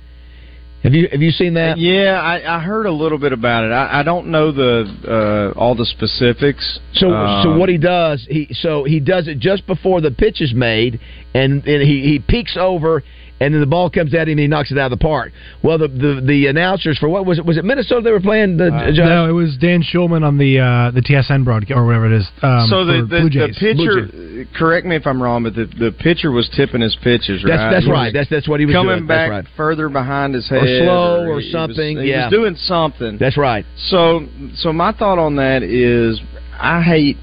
[SPEAKER 5] Have you have you seen that?
[SPEAKER 8] Yeah, I, I heard a little bit about it. I, I don't know the uh, all the specifics.
[SPEAKER 5] So, so
[SPEAKER 8] Um,
[SPEAKER 5] what he does, he so he does it just before the pitch is made, and, and he he peeks over, and then the ball comes at him, and he knocks it out of the park. Well, the the, the announcers for what was it? Was it Minnesota? They were playing the.
[SPEAKER 2] Uh,
[SPEAKER 5] Judge?
[SPEAKER 2] no, it was Dan Schulman on the uh, the TSN broadcast or whatever it is. Um,
[SPEAKER 8] so the
[SPEAKER 2] for
[SPEAKER 8] the,
[SPEAKER 2] Blue
[SPEAKER 8] the
[SPEAKER 2] Jays.
[SPEAKER 8] pitcher, correct me if I'm wrong, but the, the pitcher was tipping his pitches, right?
[SPEAKER 5] That's that's
[SPEAKER 8] He was
[SPEAKER 5] right. That's that's what he was
[SPEAKER 8] coming
[SPEAKER 5] doing.
[SPEAKER 8] back
[SPEAKER 5] that's right.
[SPEAKER 8] further behind his
[SPEAKER 5] Or
[SPEAKER 8] head,
[SPEAKER 5] slow or
[SPEAKER 8] he was-
[SPEAKER 5] something,
[SPEAKER 8] he
[SPEAKER 5] yeah.
[SPEAKER 8] was doing something.
[SPEAKER 5] That's right.
[SPEAKER 8] So, so my thought on that is, I hate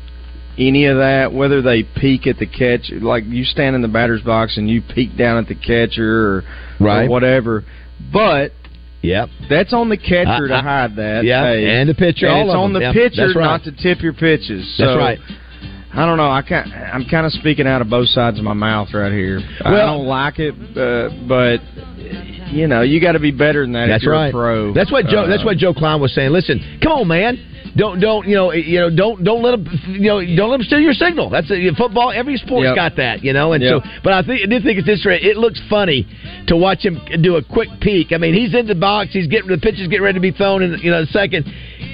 [SPEAKER 8] any of that. Whether they peek at the catch, like you stand in the batter's box and you peek down at the catcher, or,
[SPEAKER 5] Right.
[SPEAKER 8] or whatever. But
[SPEAKER 5] Yep.
[SPEAKER 8] that's on the catcher
[SPEAKER 5] I- I-
[SPEAKER 8] to hide that.
[SPEAKER 5] yeah,
[SPEAKER 8] hey.
[SPEAKER 5] and the pitcher,
[SPEAKER 8] And
[SPEAKER 5] all
[SPEAKER 8] it's
[SPEAKER 5] of
[SPEAKER 8] on
[SPEAKER 5] them.
[SPEAKER 8] the
[SPEAKER 5] Yep,
[SPEAKER 8] pitcher
[SPEAKER 5] that's right.
[SPEAKER 8] not to tip your pitches.
[SPEAKER 5] That's
[SPEAKER 8] So,
[SPEAKER 5] right.
[SPEAKER 8] I don't know. I can I'm kind of speaking out of both sides of my mouth right here. I
[SPEAKER 5] Well-
[SPEAKER 8] don't like it, uh, but you know, you got to be better than that. if
[SPEAKER 5] That's
[SPEAKER 8] you're
[SPEAKER 5] right.
[SPEAKER 8] a pro.
[SPEAKER 5] That's what Joe. that's
[SPEAKER 8] Uh,
[SPEAKER 5] what Joe Klein was saying. Listen, come on, man. Don't don't you know you know don't don't let them you know don't let them steal your signal. That's a, football. Every sport's
[SPEAKER 10] Yep.
[SPEAKER 5] got that you know. And
[SPEAKER 10] Yep.
[SPEAKER 5] so, but I, think I did think it's interesting. It looks funny to watch him do a quick peek. I mean, he's in the box. He's getting the pitches getting ready to be thrown in you know a second.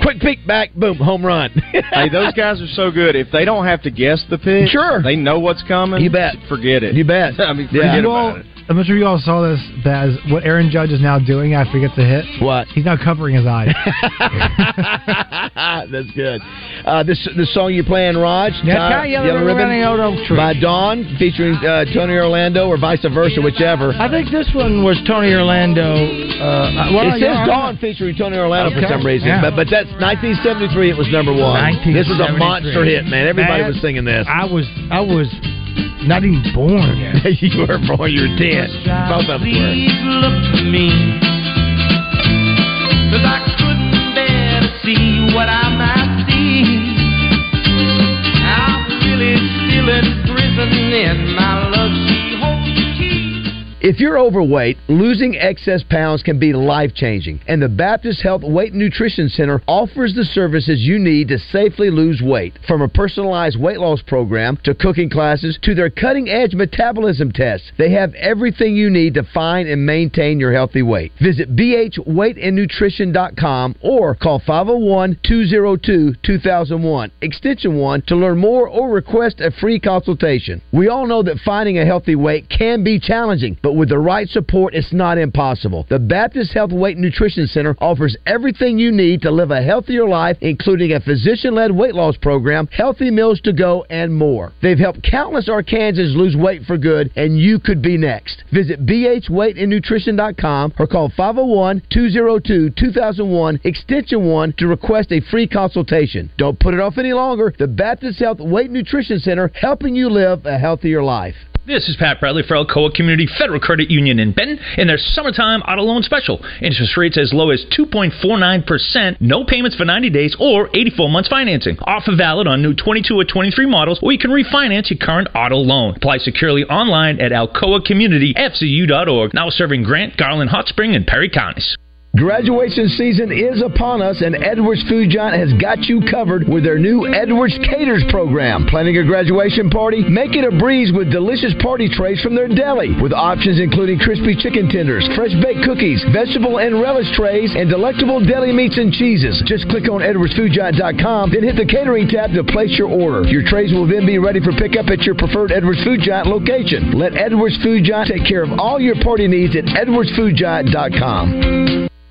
[SPEAKER 5] Quick peek back, boom, home run.
[SPEAKER 8] hey,
[SPEAKER 5] (laughs)
[SPEAKER 8] those guys are so good. If they don't have to guess the pitch,
[SPEAKER 5] sure,
[SPEAKER 8] they know what's coming.
[SPEAKER 5] You bet.
[SPEAKER 8] Forget it. You (laughs)
[SPEAKER 5] bet.
[SPEAKER 8] I mean,
[SPEAKER 5] Yeah.
[SPEAKER 8] forget
[SPEAKER 5] You
[SPEAKER 8] about
[SPEAKER 5] all-
[SPEAKER 8] it.
[SPEAKER 2] I'm not sure you all saw this. That is what Aaron Judge is now doing after he gets a hit.
[SPEAKER 5] What?
[SPEAKER 2] He's now covering his eyes.
[SPEAKER 8] (laughs)
[SPEAKER 5] (laughs) That's good. Uh, this the song you're playing, Raj.
[SPEAKER 2] That's
[SPEAKER 5] Ty-
[SPEAKER 2] right, Yellow Ribbon, Old Oak Tree.
[SPEAKER 5] by Dawn, featuring uh, Tony Orlando, or vice versa, whichever.
[SPEAKER 7] I think this one was Tony Orlando. Uh, well,
[SPEAKER 5] it says
[SPEAKER 7] yeah, I'm-
[SPEAKER 5] Dawn featuring Tony Orlando for
[SPEAKER 7] Okay.
[SPEAKER 5] some reason,
[SPEAKER 7] Yeah.
[SPEAKER 5] but but that's 1973. It was number one. This was a
[SPEAKER 7] 1973.
[SPEAKER 5] monster hit, man. Everybody was singing this.
[SPEAKER 7] I was I was not even born
[SPEAKER 5] (laughs)
[SPEAKER 7] yet.
[SPEAKER 5] you were born. You were ten. Both of us were.
[SPEAKER 10] Please look to me. 'Cause I couldn't bear to see what I might see. I'm really still in prison in my love. She holds the key.
[SPEAKER 5] If you're overweight, losing excess pounds can be life changing, and the Baptist Health Weight and Nutrition Center offers the services you need to safely lose weight. From a personalized weight loss program to cooking classes to their cutting edge metabolism tests, they have everything you need to find and maintain your healthy weight. Visit bhweightandnutrition.com or call 501 202 2001, extension 1, to learn more or request a free consultation. We all know that finding a healthy weight can be challenging, but with the right support, it's not impossible. The Baptist Health Weight and Nutrition Center offers everything you need to live a healthier life, including a physician led weight loss program, healthy meals to go, and more. They've helped countless Arkansans lose weight for good, and you could be next. Visit bhweightandnutrition.com or call 501 202 2001 Extension 1 to request a free consultation. Don't put it off any longer. The Baptist Health Weight and Nutrition Center helping you live a healthier life.
[SPEAKER 3] This is Pat Bradley for Alcoa Community Federal Credit Union in Benton and their summertime auto loan special. Interest rates as low as 2.49%, no payments for 90 days or 84 months financing. Offer valid on new 22 or 23 models, or you can refinance your current auto loan. Apply securely online at alcoacommunityfcu.org. Now serving Grant, Garland, Hot Spring, and Perry counties.
[SPEAKER 5] Graduation season is upon us, and Edwards Food Giant has got you covered with their new Edwards Caters program. Planning a graduation party? Make it a breeze with delicious party trays from their deli, with options including crispy chicken tenders, fresh baked cookies, vegetable and relish trays, and delectable deli meats and cheeses. Just click on edwardsfoodgiant.com, then hit the catering tab to place your order. Your trays will then be ready for pickup at your preferred Edwards Food Giant location. Let Edwards Food Giant take care of all your party needs at edwardsfoodgiant.com.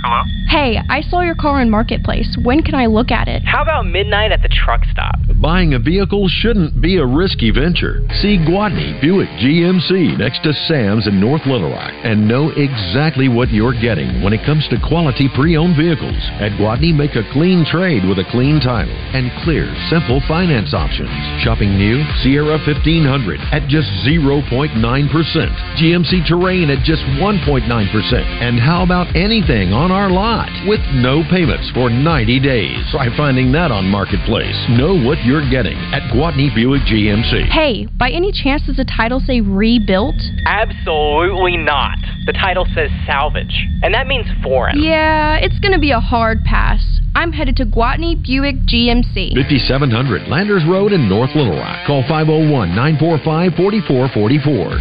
[SPEAKER 4] Hello?
[SPEAKER 25] Hey, I saw your car in Marketplace. When can I look at it?
[SPEAKER 4] How about midnight at the truck stop?
[SPEAKER 13] Buying a vehicle shouldn't be a risky venture. See Guadney Buick GMC next to Sam's in North Little Rock and know exactly what you're getting when it comes to quality pre-owned vehicles. At Guadney, make a clean trade with a clean title and clear, simple finance options. Shopping new Sierra 1500 at just 0.9%, GMC Terrain at just 1.9%, and how about anything on our lot with no payments for 90 days? Try finding that on Marketplace. Know what you're getting at Guadney Buick GMC.
[SPEAKER 25] Hey, by any chance does the title say rebuilt?
[SPEAKER 4] Absolutely not. The title says salvage, and that means foreign.
[SPEAKER 25] Yeah, it's gonna be a hard pass. I'm headed to Guatney Buick GMC.
[SPEAKER 13] 5700 Landers Road in North Little Rock. Call 501 945 4444.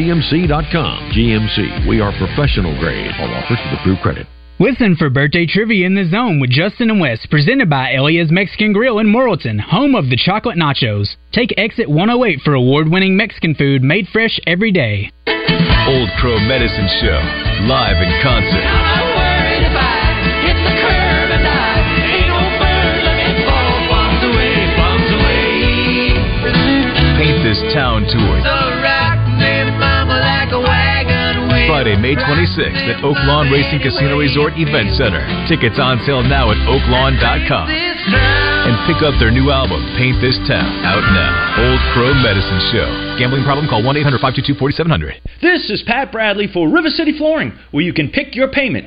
[SPEAKER 13] GuadneyBuickGMC.com. GMC, we are professional grade. All offers with approved credit.
[SPEAKER 24] Listen for birthday trivia in the zone with Justin and Wes, presented by Elia's Mexican Grill in Morrilton, home of the chocolate nachos. Take exit 108 for award winning Mexican food made fresh every day.
[SPEAKER 26] Old Crow Medicine Show, live in concert. Paint This Town Tour, Friday, May 26th at Oaklawn Racing Casino Resort Event Center. Tickets on sale now at oaklawn.com. And pick up their new album, Paint This Town, out now. Old Crow Medicine Show. Gambling problem? Call 1 800 522 4700.
[SPEAKER 3] This is Pat Bradley for River City Flooring, where you can pick your payment.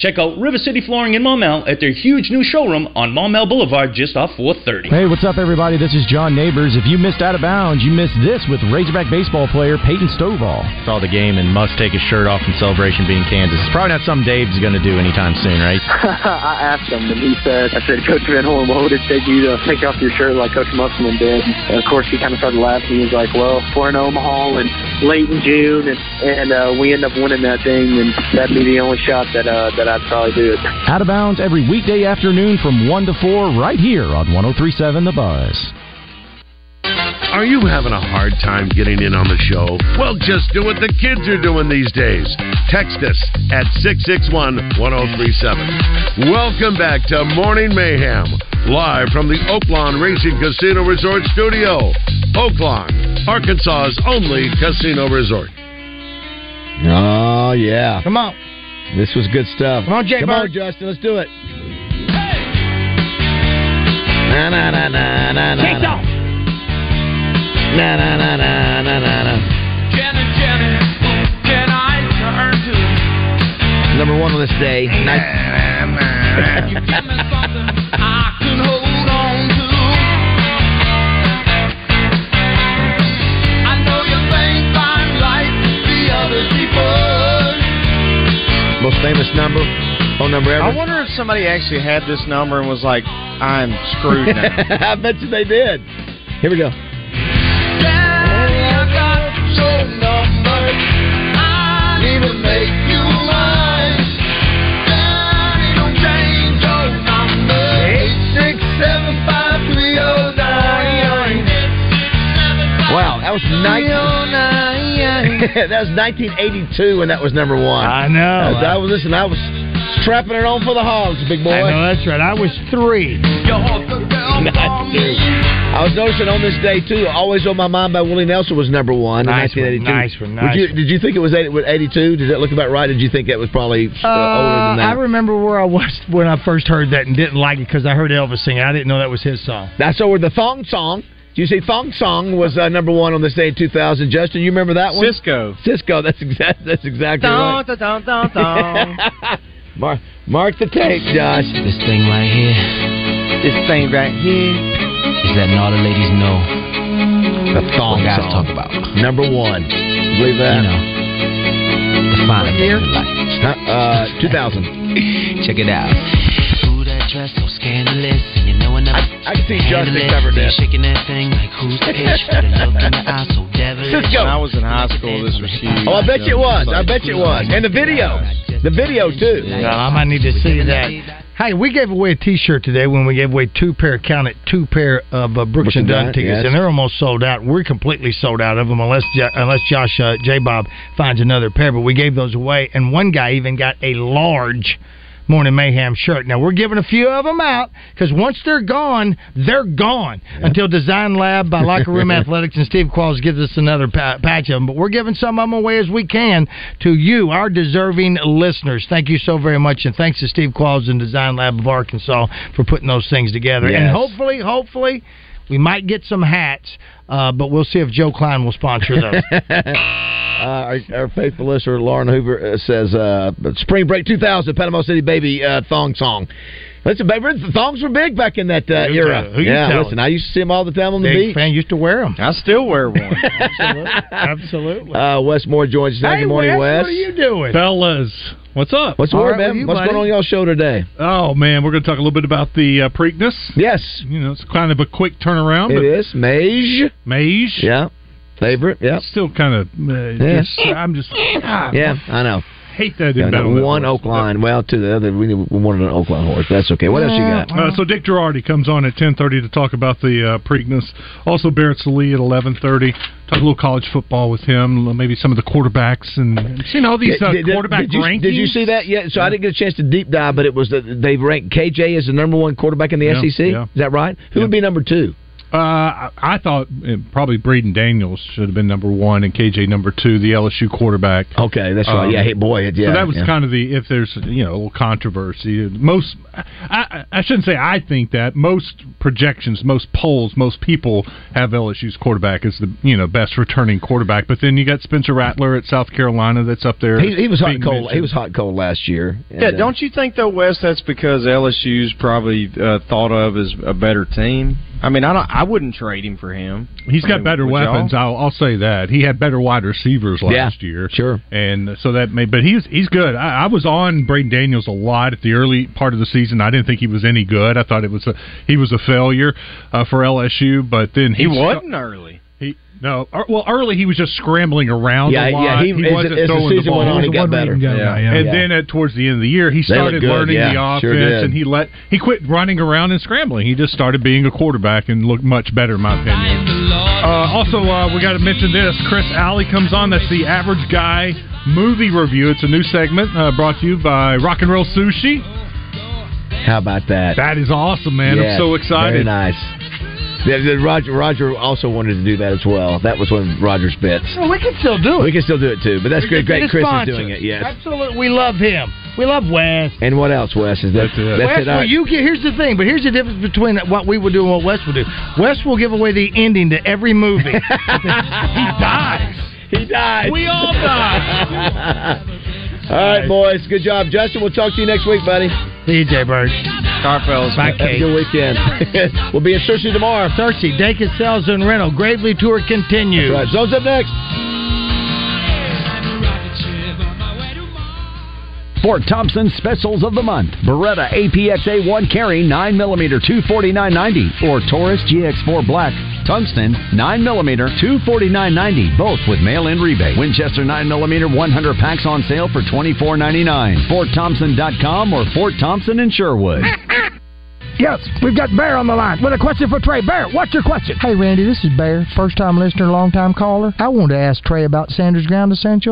[SPEAKER 3] Check out River City Flooring in Maumelle at their huge new showroom on Maumelle Boulevard just off 430.
[SPEAKER 17] Hey, what's up, everybody? This is John Neighbors. If you missed Out of Bounds, you missed this with Razorback baseball player Peyton Stovall.
[SPEAKER 10] Saw the game and must take his shirt off in celebration being Kansas. It's probably not something Dave's going to do anytime soon, right?
[SPEAKER 12] (laughs) I asked him, and he said, I said, Coach Van Horn, what would it take you to take off your shirt like Coach Musselman did? And of course, he kind of started laughing. He was like, well, we're in Omaha and late in June, and, and uh, we end up winning that thing, and that'd be the only shot that, uh, that I'd probably do it.
[SPEAKER 17] Out of Bounds every weekday afternoon from 1 to 4 right here on 1037 The Buzz.
[SPEAKER 1] Are you having a hard time getting in on the show? Well, just do what the kids are doing these days. Text us at 661 1037. Welcome back to Morning Mayhem, live from the Oaklawn Racing Casino Resort Studio. Oaklawn, Arkansas's only casino resort.
[SPEAKER 5] Oh, yeah. Come
[SPEAKER 7] on.
[SPEAKER 5] This was good stuff.
[SPEAKER 7] Come on, Jay
[SPEAKER 5] Come on, Justin. Let's do it. Na, na, na, na, na, na,
[SPEAKER 27] Kicks
[SPEAKER 5] na.
[SPEAKER 27] off.
[SPEAKER 5] Na, na, na, na, na, na, na. Number one on this day.
[SPEAKER 7] Uh,
[SPEAKER 5] Most famous number, phone number
[SPEAKER 8] I
[SPEAKER 5] ever.
[SPEAKER 8] wonder if somebody actually had this number and was like, I'm screwed now.
[SPEAKER 5] (laughs) I bet you they did. Here we go.
[SPEAKER 10] oh,
[SPEAKER 5] Wow, that was nineteen. that was 1982 when that was number one. I
[SPEAKER 7] know.
[SPEAKER 5] I was listen. I was strapping it on for the hogs, big boy.
[SPEAKER 7] I know that's right. I was three.
[SPEAKER 5] (laughs) Not two. I was noticing on this day too. Always on my mind by Willie Nelson was number one.
[SPEAKER 7] Nice
[SPEAKER 5] in
[SPEAKER 7] one,
[SPEAKER 5] 1982.
[SPEAKER 7] nice one,
[SPEAKER 5] Would
[SPEAKER 7] nice
[SPEAKER 5] you-
[SPEAKER 7] one.
[SPEAKER 5] Did you think it was 80, with 82? Did that look about right? Did you think that was probably uh, older than
[SPEAKER 7] I
[SPEAKER 5] that?
[SPEAKER 7] remember where I was when I first heard that and didn't like it because I heard Elvis sing. it. I didn't know that was his song.
[SPEAKER 5] That's over the thong song. Did you see thong song was uh, number one on this day in 2000? Justin, you remember that one?
[SPEAKER 8] Cisco.
[SPEAKER 5] Cisco. That's exact. That's exactly right. Mark, mark the tape, Josh.
[SPEAKER 10] This thing right here
[SPEAKER 8] This thing right here.
[SPEAKER 10] is letting all the ladies know
[SPEAKER 5] the
[SPEAKER 10] what
[SPEAKER 5] thong
[SPEAKER 10] guys
[SPEAKER 5] song.
[SPEAKER 10] talk about.
[SPEAKER 5] Number one. uh, Believe that.
[SPEAKER 10] You know, the finer things in life.
[SPEAKER 5] Uh, 2000.
[SPEAKER 10] Check it out. Ooh, that dress so scandalous, and you know when
[SPEAKER 5] I can see
[SPEAKER 6] Handle
[SPEAKER 5] Justin
[SPEAKER 6] it,
[SPEAKER 5] covered
[SPEAKER 6] then
[SPEAKER 5] that.
[SPEAKER 6] Shaking that thing like who's the bitch for the look in the
[SPEAKER 5] (laughs)
[SPEAKER 6] eye so devilish.
[SPEAKER 8] When I was in high school, this was huge.
[SPEAKER 5] Oh, I bet you it was. I bet you it was. And the video. The video, too.
[SPEAKER 7] I might need to see that. Hey, we gave away a T-shirt today when we gave away two pair, count it, two pair of uh, Brooks and Dunn
[SPEAKER 5] Dunn,
[SPEAKER 7] tickets,
[SPEAKER 5] yes.
[SPEAKER 7] and they're almost sold out. We're completely sold out of them unless Jo- unless Josh uh, J Bob finds another pair. But we gave those away, and one guy even got a large Morning Mayhem shirt. Now we're giving a few of them out because once they're gone, they're gone until Design Lab by Locker Room Athletics and Steve Qualls gives us another pa- patch of them. But we're giving some of them away as we can to you, our deserving listeners. Thank you so very much, and thanks to Steve Qualls and Design Lab of Arkansas for putting those things together. And
[SPEAKER 5] Yes.
[SPEAKER 7] hopefully, hopefully. We might get some hats, uh, but we'll see if Joe Klein will sponsor those.
[SPEAKER 5] Uh, our, our faithful listener Lauren Hoover uh, says, uh, "Spring Break 2000, Panama City Baby uh, thong song." Listen, baby, the thongs were big back in that uh,
[SPEAKER 7] Who you
[SPEAKER 5] era.
[SPEAKER 7] tell- who you
[SPEAKER 5] yeah,
[SPEAKER 7] telling?
[SPEAKER 5] listen, I used to see them all the time on the
[SPEAKER 7] Big
[SPEAKER 5] beach.
[SPEAKER 7] fan used to wear them.
[SPEAKER 8] I still wear one.
[SPEAKER 5] (laughs)
[SPEAKER 7] Absolutely.
[SPEAKER 5] Uh, Wes Moore joins us. now.
[SPEAKER 7] Hey,
[SPEAKER 5] Good morning, Wes.
[SPEAKER 7] Wes, what are you doing?
[SPEAKER 14] Fellas, what's up?
[SPEAKER 5] What's the word, man? What's going on y'all show today?
[SPEAKER 14] Oh man, we're going to talk a little bit about the uh, Preakness.
[SPEAKER 5] Yes,
[SPEAKER 14] you know it's kind of a quick turnaround.
[SPEAKER 5] It
[SPEAKER 14] but
[SPEAKER 5] is Mage.
[SPEAKER 14] Mage.
[SPEAKER 5] Yeah, favorite. Yeah,
[SPEAKER 14] still kind of. Uh,
[SPEAKER 5] Yeah.
[SPEAKER 14] just- I'm just. ah,
[SPEAKER 5] Yeah, I know.
[SPEAKER 14] Hate that.
[SPEAKER 5] Yeah,
[SPEAKER 14] in
[SPEAKER 5] no,
[SPEAKER 14] battle that
[SPEAKER 5] one oak line. Well, to the other, we, need- we wanted an oak line horse. That's okay. What else you got?
[SPEAKER 14] Uh, so Dick Girardi comes on at ten thirty to talk about the uh, Preakness. Also Barrett Salee at eleven thirty. Talk a little college football with him. Maybe some of the quarterbacks and, and seeing all these uh,
[SPEAKER 5] Did- did-
[SPEAKER 14] quarterback
[SPEAKER 5] did you,
[SPEAKER 14] rankings.
[SPEAKER 5] Did you see that? Yeah. So I didn't get a chance to deep dive, but it was that they ranked KJ as the number one quarterback in the E
[SPEAKER 14] Yeah,
[SPEAKER 5] SEC.
[SPEAKER 14] yeah.
[SPEAKER 5] Is that right? Who would be number two?
[SPEAKER 14] Uh, I I thought uh probably Breeden Daniels should have been number one and KJ number two, the LSU quarterback. Um,
[SPEAKER 5] Okay, that's right. Yeah, hey, boy, it- yeah,
[SPEAKER 14] So that was
[SPEAKER 5] yeah.
[SPEAKER 14] kind of the if there's you know a little controversy. uh, Most I, I I shouldn't say I think that most projections, most polls, most people have LSU's quarterback as the you know best returning quarterback. But then you got Spencer Rattler at South Carolina that's up there.
[SPEAKER 5] He, he was hot
[SPEAKER 14] being
[SPEAKER 5] and cold.
[SPEAKER 14] mentioned.
[SPEAKER 5] He was hot and cold last year. And,
[SPEAKER 8] Yeah,
[SPEAKER 5] uh,
[SPEAKER 8] don't you think though, Wes? That's because LSU's probably uh, thought of as a better team. I mean, I don't. I wouldn't trade him for him.
[SPEAKER 14] He's
[SPEAKER 8] I
[SPEAKER 14] got
[SPEAKER 8] mean,
[SPEAKER 14] better
[SPEAKER 8] would y'all?
[SPEAKER 14] weapons. I'll, I'll say that he had better wide receivers last year.
[SPEAKER 5] Sure,
[SPEAKER 14] and so that may. But he's he's good. I, I was on Braden Daniels a lot at the early part of the season. I didn't think he was any good. I thought it was a he was a failure uh, for LSU. But then
[SPEAKER 8] He
[SPEAKER 14] he,
[SPEAKER 8] wasn't early.
[SPEAKER 14] He no. er- Well, early he was just scrambling around.
[SPEAKER 8] Yeah,
[SPEAKER 14] a lot.
[SPEAKER 8] yeah, he- as-
[SPEAKER 14] wasn't
[SPEAKER 8] as the
[SPEAKER 14] throwing
[SPEAKER 8] season
[SPEAKER 14] ball.
[SPEAKER 8] went on, he got
[SPEAKER 14] One
[SPEAKER 8] better.
[SPEAKER 14] reading guy,
[SPEAKER 8] Yeah, yeah.
[SPEAKER 14] and
[SPEAKER 8] yeah.
[SPEAKER 14] then at, towards the end of the year, he
[SPEAKER 8] They look
[SPEAKER 14] started
[SPEAKER 8] good,
[SPEAKER 14] learning
[SPEAKER 8] yeah,
[SPEAKER 14] the offense,
[SPEAKER 8] sure did.
[SPEAKER 14] and he let he quit running around and scrambling. He just started being a quarterback and looked much better, in my opinion. Uh, also, uh, we got to mention this. Chris Alley comes on. That's the Average Guy movie review. It's a new segment uh, brought to you by Rock and Roll Sushi.
[SPEAKER 5] How about that?
[SPEAKER 14] That is awesome, man.
[SPEAKER 5] Yes,
[SPEAKER 14] I'm so
[SPEAKER 5] Very
[SPEAKER 14] excited.
[SPEAKER 5] nice. Yeah, the- Roger Roger also wanted to do that as well. That was one of Roger's bits.
[SPEAKER 7] Well, we can still do
[SPEAKER 14] Oh.
[SPEAKER 7] it.
[SPEAKER 5] We can still do it too, but that's
[SPEAKER 7] We
[SPEAKER 5] great.
[SPEAKER 7] can get
[SPEAKER 5] Great
[SPEAKER 7] a
[SPEAKER 5] Chris is
[SPEAKER 7] sponsor.
[SPEAKER 5] doing it. Yes.
[SPEAKER 7] Absolutely, we love him. We love Wes.
[SPEAKER 5] And what else, Wes? Is that, that's it?
[SPEAKER 7] Wes,
[SPEAKER 5] All
[SPEAKER 7] will
[SPEAKER 5] right.
[SPEAKER 7] you get, here's the thing, but here's the difference between what we will do and what Wes will do. Wes will give away the ending to
[SPEAKER 5] (laughs)
[SPEAKER 7] every movie. he dies.
[SPEAKER 5] He dies. (laughs)
[SPEAKER 7] We all die.
[SPEAKER 5] All right, boys. Good job, Justin. We'll talk to you next week, buddy.
[SPEAKER 7] DJ Bird.
[SPEAKER 8] Carfels.
[SPEAKER 7] Bye,
[SPEAKER 5] Have a
[SPEAKER 7] Kate.
[SPEAKER 5] good weekend. (laughs) we'll be in Searcy tomorrow.
[SPEAKER 7] Searcy, Dacus Sales and Rental. Gravely Tour continues.
[SPEAKER 5] That's right. Zone's up next.
[SPEAKER 21] Fort Thompson specials of the month. Beretta APXA1 carry 9mm 249.90 or Taurus GX4 Black Tungsten 9mm 249.90 both with mail-in rebate. Winchester 9mm 100 packs on sale for $24.99. FortThompson.com or Fort Thompson in Sherwood.
[SPEAKER 15] Yes, we've got Bear on the line with a question for Trey. Bear, what's your question? Hey, Randy, this is Bear, first time listener, long time caller. I wanted to ask Trey about Sanders Ground Essentials.